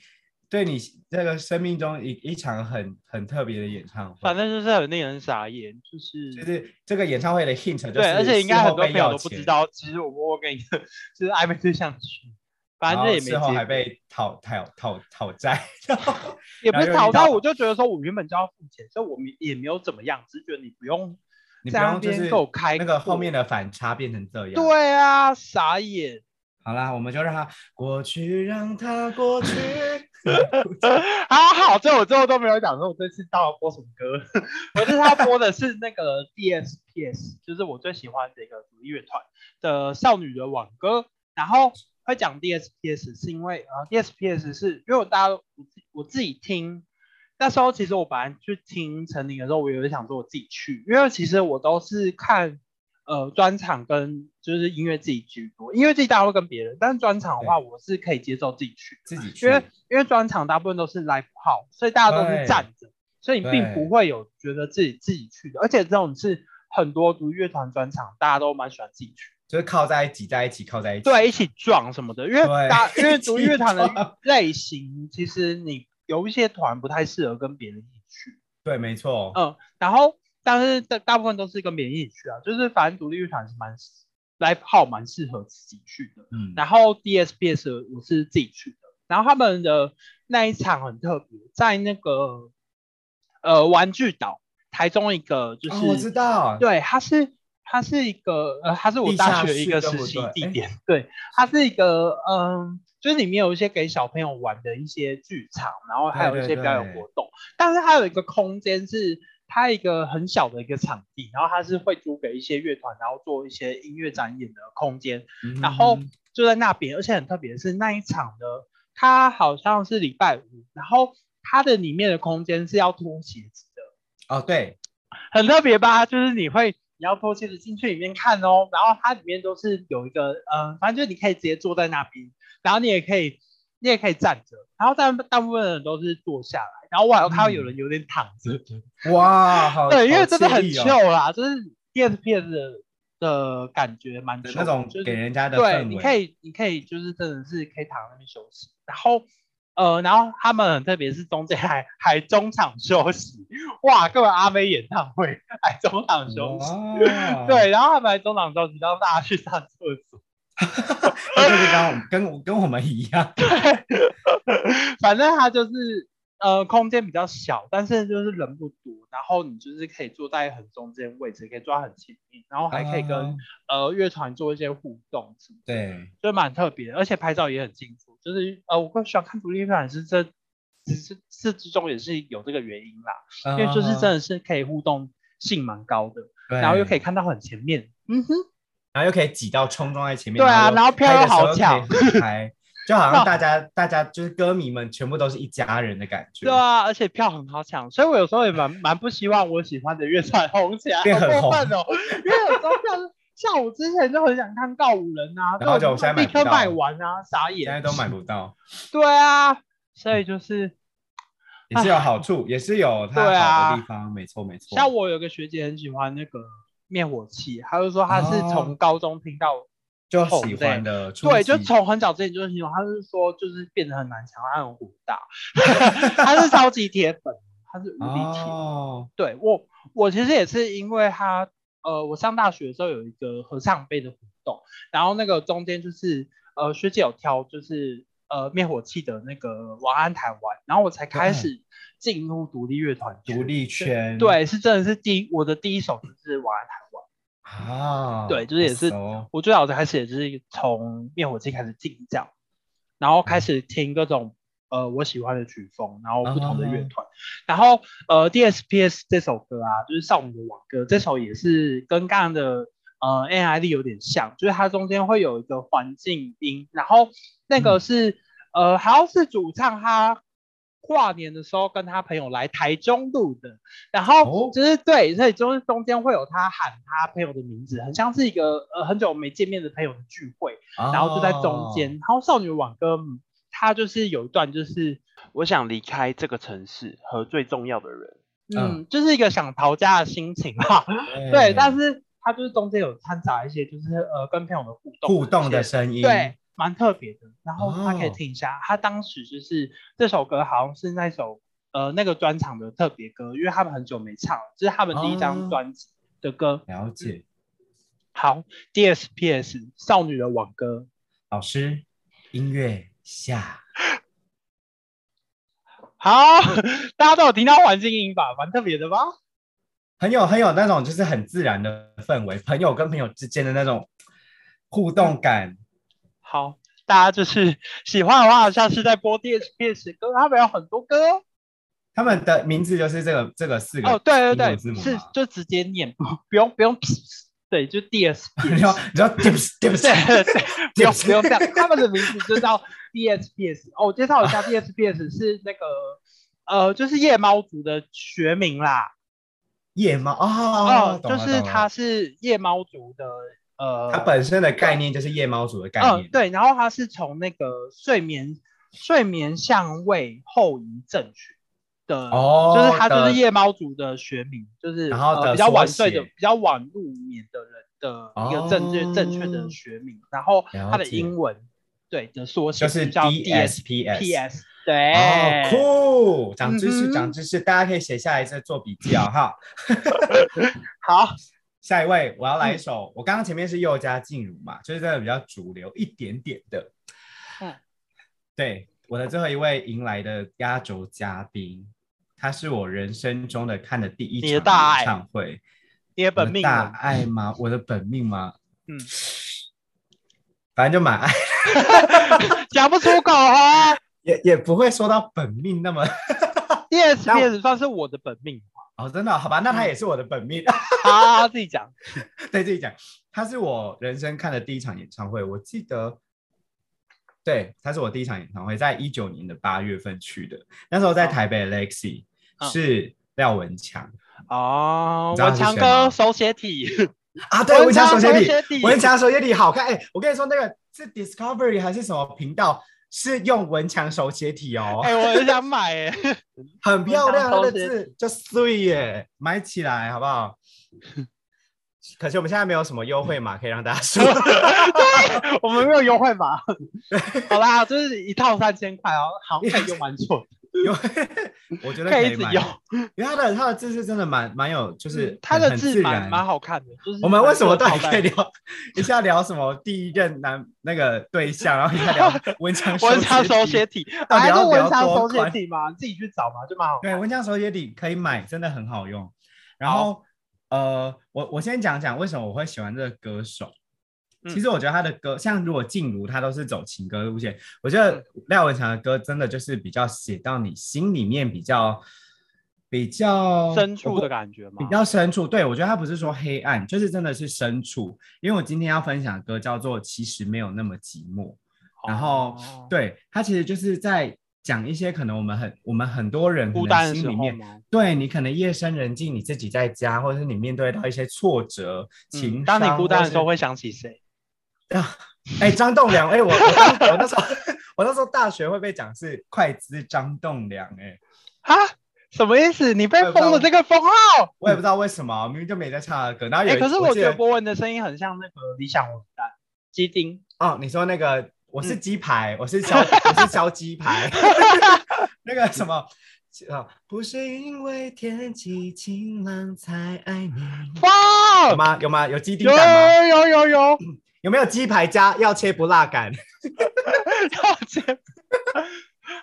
对你这个生命中一一场很很特别的演唱反会。正就是很令人傻眼，就是就是这个演唱会的 hint 就是对，而且应该事很后多被朋友要都不知钱，道，其实我默默跟一个 就是暧昧对象去，反正这然后也没哦事后还结果。被讨讨讨讨债， 然后也不然是后讨又遇到债，我就觉得说我原本就要付钱，所以我们也没有怎么样，只是觉得你不用你不在那用就边是给我开那个后阔面的反差变成这样。，对啊，傻眼。好啦，我们就让 它过去，让它过去。好啊好，这我最后都没有讲说我这次到底要播什么歌， 我这次要播的是那个 DSPS，就是我最喜欢的一个独立乐团的少女的挽歌。然后会讲 DSPS 是因为呃 DSPS 是因为我大家我自我自己听，那时候其实我本来去听陈琳的时候，我有点想说我自己去，因为其实我都是看呃专场跟就是音乐自己居多，音乐自己大家会跟别人，但是专场的话我是可以接受自己去。 自己去因，为因为专场大部分都是 live house，所以大家都对是站着，所以你并不会有觉得自己自己去的，而且这种是很多独立乐团专场，大家都蛮喜欢自己去，就是靠在一起，在一起，靠在一起。对，一起撞什么的，因为对大因为独立 乐团一起撞的类型，其实你有一些团不太适合跟别人一起去，对，没错。嗯，然后但是大大部分都是跟别人一起去啊，就是反正独立乐团是蛮 live house 蛮适合自己去的。嗯，然后 DSPS 我是自己去的，然后他们的那一场很特别，在那个呃玩具岛台中一个就是、哦，我知道。对，它是它是一个呃，它是我地下大学室一个对不实习对地诶点，对，它是一个嗯，就是里面有一些给小朋友玩的一些剧场，然后还对有一对些表演对活动，但是它有一个空间是。它一个很小的一个场地，然后它是会租给一些乐团，然后做一些音乐展演的空间，嗯哼然后就在那边，而且很特别的是那一场的，它好像是礼拜五，然后它的里面的空间是要脱鞋子的，哦，对，很特别吧？就是你会你要脱鞋子进去里面看哦，然后它里面都是有一个，嗯，反正就你可以直接坐在那边，然后你也可以你也可以站着，然后大大部分人都是坐下来，然后我还有看到有人有点躺着的，哇，好，对，因为嗯好真的惬很意哦 chill 啦，就是 DSP 的的感觉蛮的 chill 那种就是给人家的对，氛你围可以，你可以就是真的是可以躺在那边休息，然后呃，然后他们很特别是中间还还中场休息，哇，根本阿妹演唱会还中场休哦息，哇对，然后他们还中场休息让大家去上厕所， 那就是刚好跟我跟我们一样，反正他就是呃空间比较小，但是就是人不多，然后你就是可以坐在很中间位置，可以坐在很前面，然后还可以跟、啊呃乐团做一些互动什么的。对，就蛮特别的，而且拍照也很清楚。就是呃，我更喜欢看独立乐团是这这这这之中也是有这个原因啦，因因为就是啊真的是可以互动性蛮高的，然后又可以，看到很前面，嗯哼，然后又可以挤到冲撞在前面，对啊然后飘拍的又好时候可以很嗨，就好像大家大家就是歌迷们全部都是一家人的感觉，对啊，而且票很好抢，所以我有时候也蛮蛮不希望我喜欢的乐团红起来，变好很过分哦，因为有时候票是。像我之前就很想看告五人啊，然后就但我我现在买立不刻到卖完啊，傻眼。现在都买不到，对啊，所以就是也是有好处，也是有它对啊好的地方，没错没错。像我有个学姐很喜欢那个灭火器，她就说她是从哦高中听到，就喜欢的初对，期就从很早之前就听到，她是说就是变得很难抢，她很火 大，她是超级铁粉，她是无敌铁。哦，对我，我其实也是因为她，呃，我上大学的时候有一个合唱杯的活动，然后那个中间就是呃学姐有挑就是呃灭火器的那个晚安台湾，然后我才开对始进入独立乐团圈独立圈对，是真的是第一我的第一首就是玩台湾，啊，对就是也是熟我最早开始也是从灭火器开始进教，然后开始听各种呃我喜欢的曲风，然后不同的乐团，然后呃 DSPS 这首歌啊，就是少女的网歌，这首也是跟刚刚的呃 NID 有点像，就是它中间会有一个环境音，然后那个嗯是、呃好像是主唱他。跨年的时候跟他朋友来台中录的，然后哦就是、对，所以就是中间会有他喊他朋友的名字，很像是一个呃很久没见面的朋友的聚会，然后就在中哦间。，然后少女网歌，嗯它就是有一段就是我想离开这个城市和最重要的人，嗯，嗯就是一个想逃家的心情啦。哦对，但是它就是中间有掺杂一些就是呃跟朋友的互动互动的一些声音，对，蛮特别的。然后他可以哦听一下，他当时就是这首歌好像是那首呃那个专场的特别歌，因为他们很久没唱了，这、是他们第一张哦专辑的歌。了解。好，DSPS 少女的网歌，老师，音乐下，好， 大家都有听到环境音吧，蛮特别的吧？很有很有那种就是很自然的氛围，朋友跟朋友之间的那种互动感。好，大家就是喜欢的话，下次再播 DSPS 歌，他们有很多歌哦。他们的名字就是这个这个四个哦，对对字对，母是吗就直接念，不不用不用，对，就 DSPS。 你说你说对不起对不起， 对 对，不用不用这样，他们的名字就叫 DSPS。哦，我介绍一下，DSPS 是那个呃，就是夜猫族的学名啦。夜猫哦哦，，懂就了是懂了它是夜猫族的呃，它本身的概念就是夜猫族的概嗯念，对，然后它是从那个睡眠睡眠相位后移症群的。哦，就是它就的是夜猫族的学名，就是然后呃的比较晚缩睡写的、比较晚入眠的人的一个正确、正确的哦学名，然后它的了解英文对的缩写就是叫 DSPS。 PS，对，哦，酷！长知嗯识，哼长知识，大家可以写下来再做笔记哦。哈，好，下一位，我要来一首，我刚刚前面是佑家静茹嘛，就是真的比较主流一点点的。嗯对，我的最后一位迎来的压轴嘉宾，他是我人生中的看的第一场你的大爱演唱会，你的我本的命大人爱吗？我的本命吗？嗯嗯，反正就蛮爱， 讲不出口啊。也也不会说到本命那么 DSPS 算是我的本命，哦，真的哦、好吧？那他也是我的本命。他自己讲，对自己讲，他是我人生看的第一场演唱会，我记得，对，他是我第一场演唱会，在一九年的八月份去的，那时候在嗯台北 Lexi、嗯是廖文强哦你，知道文他是强谁吗哥手写体，啊，对，文强手写体，体文强手写体好看，哎、我跟你说那个是 Discovery 还是什么频道？是用文强手写体哦，哎，我很想买哎，很漂文强亮，那手个写字就碎耶，买起来好不好？ 可惜我们现在没有什么优惠码可以让大家 说。 对，我们没有优惠码。 好啦，就是一套三千块哦，好像可以用蛮久，有， 我觉得可以一以直买，用。因为他的他的字是真的蛮蛮有，就是嗯他很的很字自蛮然蛮好看的，就是我们为什么到底很可以自然聊一下聊什么第一任男那个对象，然后一 下聊文强文强手写写体，体， 哎到底还是要聊文强多手写宽体嘛，你自己去找嘛，就蛮好看对，啊文强手写体可以买，真的很好用。然后呃，我我先讲讲为什么我会喜欢这个歌手，嗯其实我觉得他的歌，像如果静茹，他都是走情歌路线。我觉嗯得廖文强的歌真的就是比较写到你心里面比较比较深处的感觉吗？比较深处，对我觉得他不是说黑暗，就是真的是深处。因为我今天要分享的歌叫做《其实没有那么寂寞》，然后、哦对他其实就是在讲一些可能我们很我们很多人可孤能单的心时里候嗯面吗？对你可能夜深人静，你自己在家，或者是你面对到一些挫折、情嗯当你伤孤单的时候，或会想起谁？是啊，哎、张栋梁，哎、我我当我那时候 我那时候大学会被讲是快资张栋梁、哎，哈，什么意思？你我被也不知道封了这个封号？我也不知道为什么，明明就没在唱他的歌，然后有哎、一、可是我觉记得博文的声音很像那个理想混蛋鸡丁，哦，你说那个我是嗯鸡排， 我是削，我是削鸡排， 那个什么啊，不是因为天气晴朗才爱你，有哇，吗？有哦吗？有鸡丁有感吗？有有有，有没有鸡排加要切不辣感？ 要接。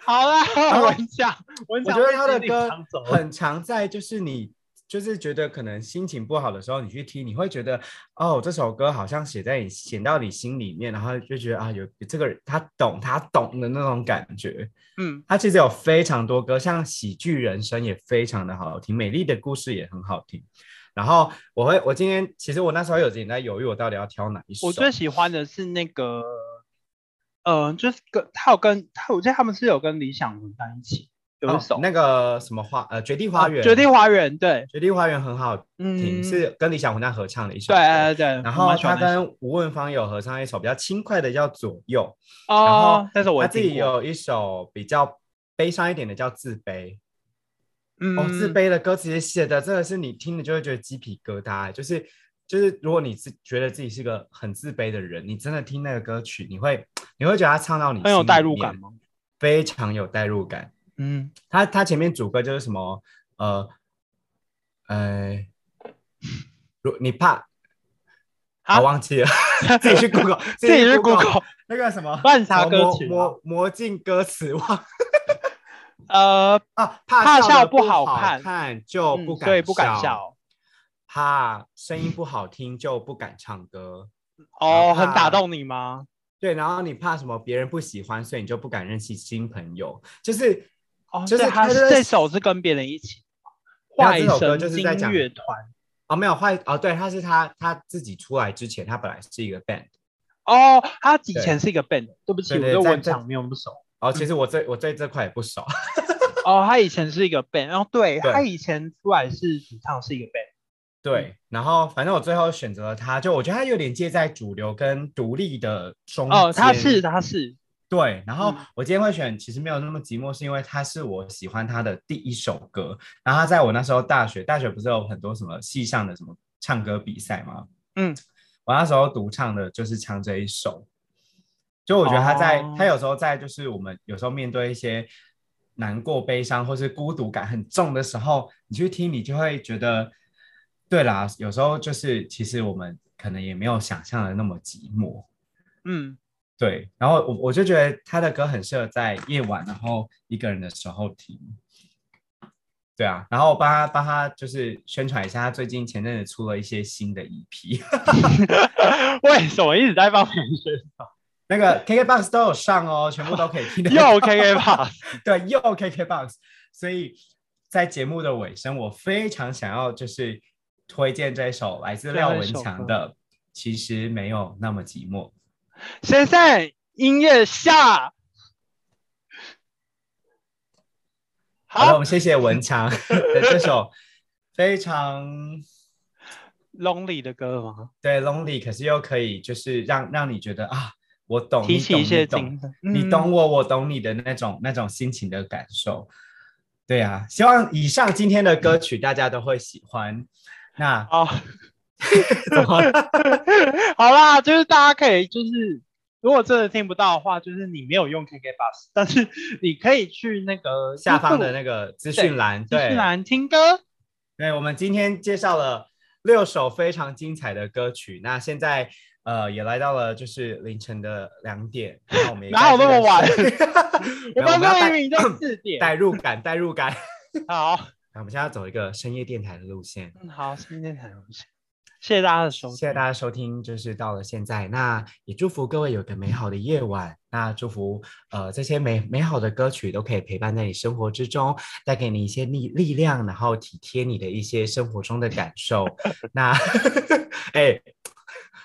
好啦，后文强，文强我觉得被他的鸡丁歌抢走了很常在就是你就是觉得可能心情不好的时候，你去听，你会觉得哦，这首歌好像写在你写到你心里面，然后就觉得啊，有这个人他懂他懂的那种感觉。嗯，他其实有非常多歌，像《喜剧人生》也非常的好听，《美丽的故事》也很好听。然后我会，我今天其实我那时候有点在犹豫，我到底要挑哪一首。哦我最喜欢的是那个，呃，就是跟他有跟他，我记得他们是有跟理想混蛋一起有一哦首、那个什么花呃，《绝地花园》啊绝地花园》对，绝地花园》很好听，嗯，是跟李小混蛋合唱的一首对对歌。对，然我后蛮喜他欢那首跟吴汶芳有合唱一首比较轻快的叫《左右然哦后，但是我他也自听己过有一首比较悲伤一点的叫《自卑》。嗯、哦，自卑的歌词写的真的是你听了就会觉得鸡皮疙瘩，欸就是就是如果你是觉得自己是个很自卑的人，你真的听那个歌曲，你会你会觉得他唱到你很有心代里入面感，吗？非常有代入感。嗯，他他前面主歌就是什么呃呃，如你怕。啊我忘记了，嗯 自己去 Google， 自己去 Google Google 那个什么乱查什么歌魔曲吗魔魔镜歌词忘呃，啊，怕怕笑的不不好看看，就哦不嗯敢、所以不敢笑。怕声音不好听就不敢唱歌。哦，然后很打怕动你吗？对，然后你怕什么别人不喜欢，所以你就不敢认识新朋友。就是哦，就是所以他他就是这首是跟别人一起没有坏这首歌神就是经在讲乐团哦，没有坏哦，对，他是他他自己出来之前，他本来是一个 band。哦，他以对前是一个 band，对不起，对我对对在文在场没有那么熟。哦，其实我对我对这块也不熟。 哦，他以前是一个 band，然后对对他以前出来是主唱是一个 band，嗯对，然后反正我最后选择了他，就我觉得他有点介在主流跟独立的中间。哦，他是他是，对，然后嗯我今天会选，其实没有那么寂寞，是因为它是我喜欢它的第一首歌。然后它在我那时候大学，大学不是有很多什么系上的什么唱歌比赛吗？嗯，我那时候独唱的就是唱这一首。就我觉得他在，哦他有时候在，就是我们有时候面对一些难过、悲伤或是孤独感很重的时候，你去听，你就会觉得，对啦，有时候就是其实我们可能也没有想象的那么寂寞。嗯，对，然后我我就觉得他的歌很适合在夜晚，然后一个人的时候听。对啊，然后我帮他帮他就是宣传一下，他最近前阵子出了一些新的 E EP，为什么一直在放别人宣 那个 KKBOX 都有上哦，全部都可以听得 到。又 KK 吧？对，又 KKBOX，所以在节目的尾声，我非常想要就是推荐这首来自最后廖一文首歌强的《其实没有那么寂寞》。先生，音乐下。好了，我好们谢谢文强 的这首非常，Lonely 的歌吗？对 lonely，可是又可以就是让让你觉得啊，我懂，提起一些你懂，精神，你懂你嗯懂我，我懂你的那种那种心情的感受。对啊，希望以上今天的歌曲大家都会喜欢。那好，怎么了哦 好啦，就是大家可以就是，如果真的听不到的话，就是你没有用 KK Bus，但是你可以去那个下方的那个 资对讯栏，资对讯，栏听歌。对，我们今天介绍了六首非常精彩的歌曲。那现在呃也来到了就是凌晨的两点，那我们 也哪有该那么晚这个 我没有我们们要录音带明就四点。代入感，代入感。好，那我们现在要走一个深夜电台的路线。嗯，好，今天很荣幸。谢谢大家的收听，谢谢大家收听，就是到了现在，那也祝福各位有个美好的夜晚。那祝福呃这些美美好的歌曲都可以陪伴在你生活之中，带给你一些力力量，然后体贴你的一些生活中的感受。那哎，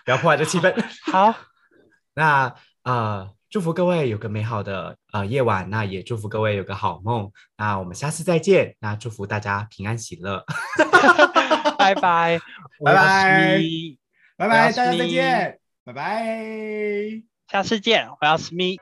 不要破坏这气氛。好， 那呃，祝福各位有个美好的呃夜晚，那也祝福各位有个好梦。那我们下次再见，那祝福大家平安喜乐，拜拜，拜拜我是拜拜拜，大大家家再再见见，拜拜。下次见，我要 Smee。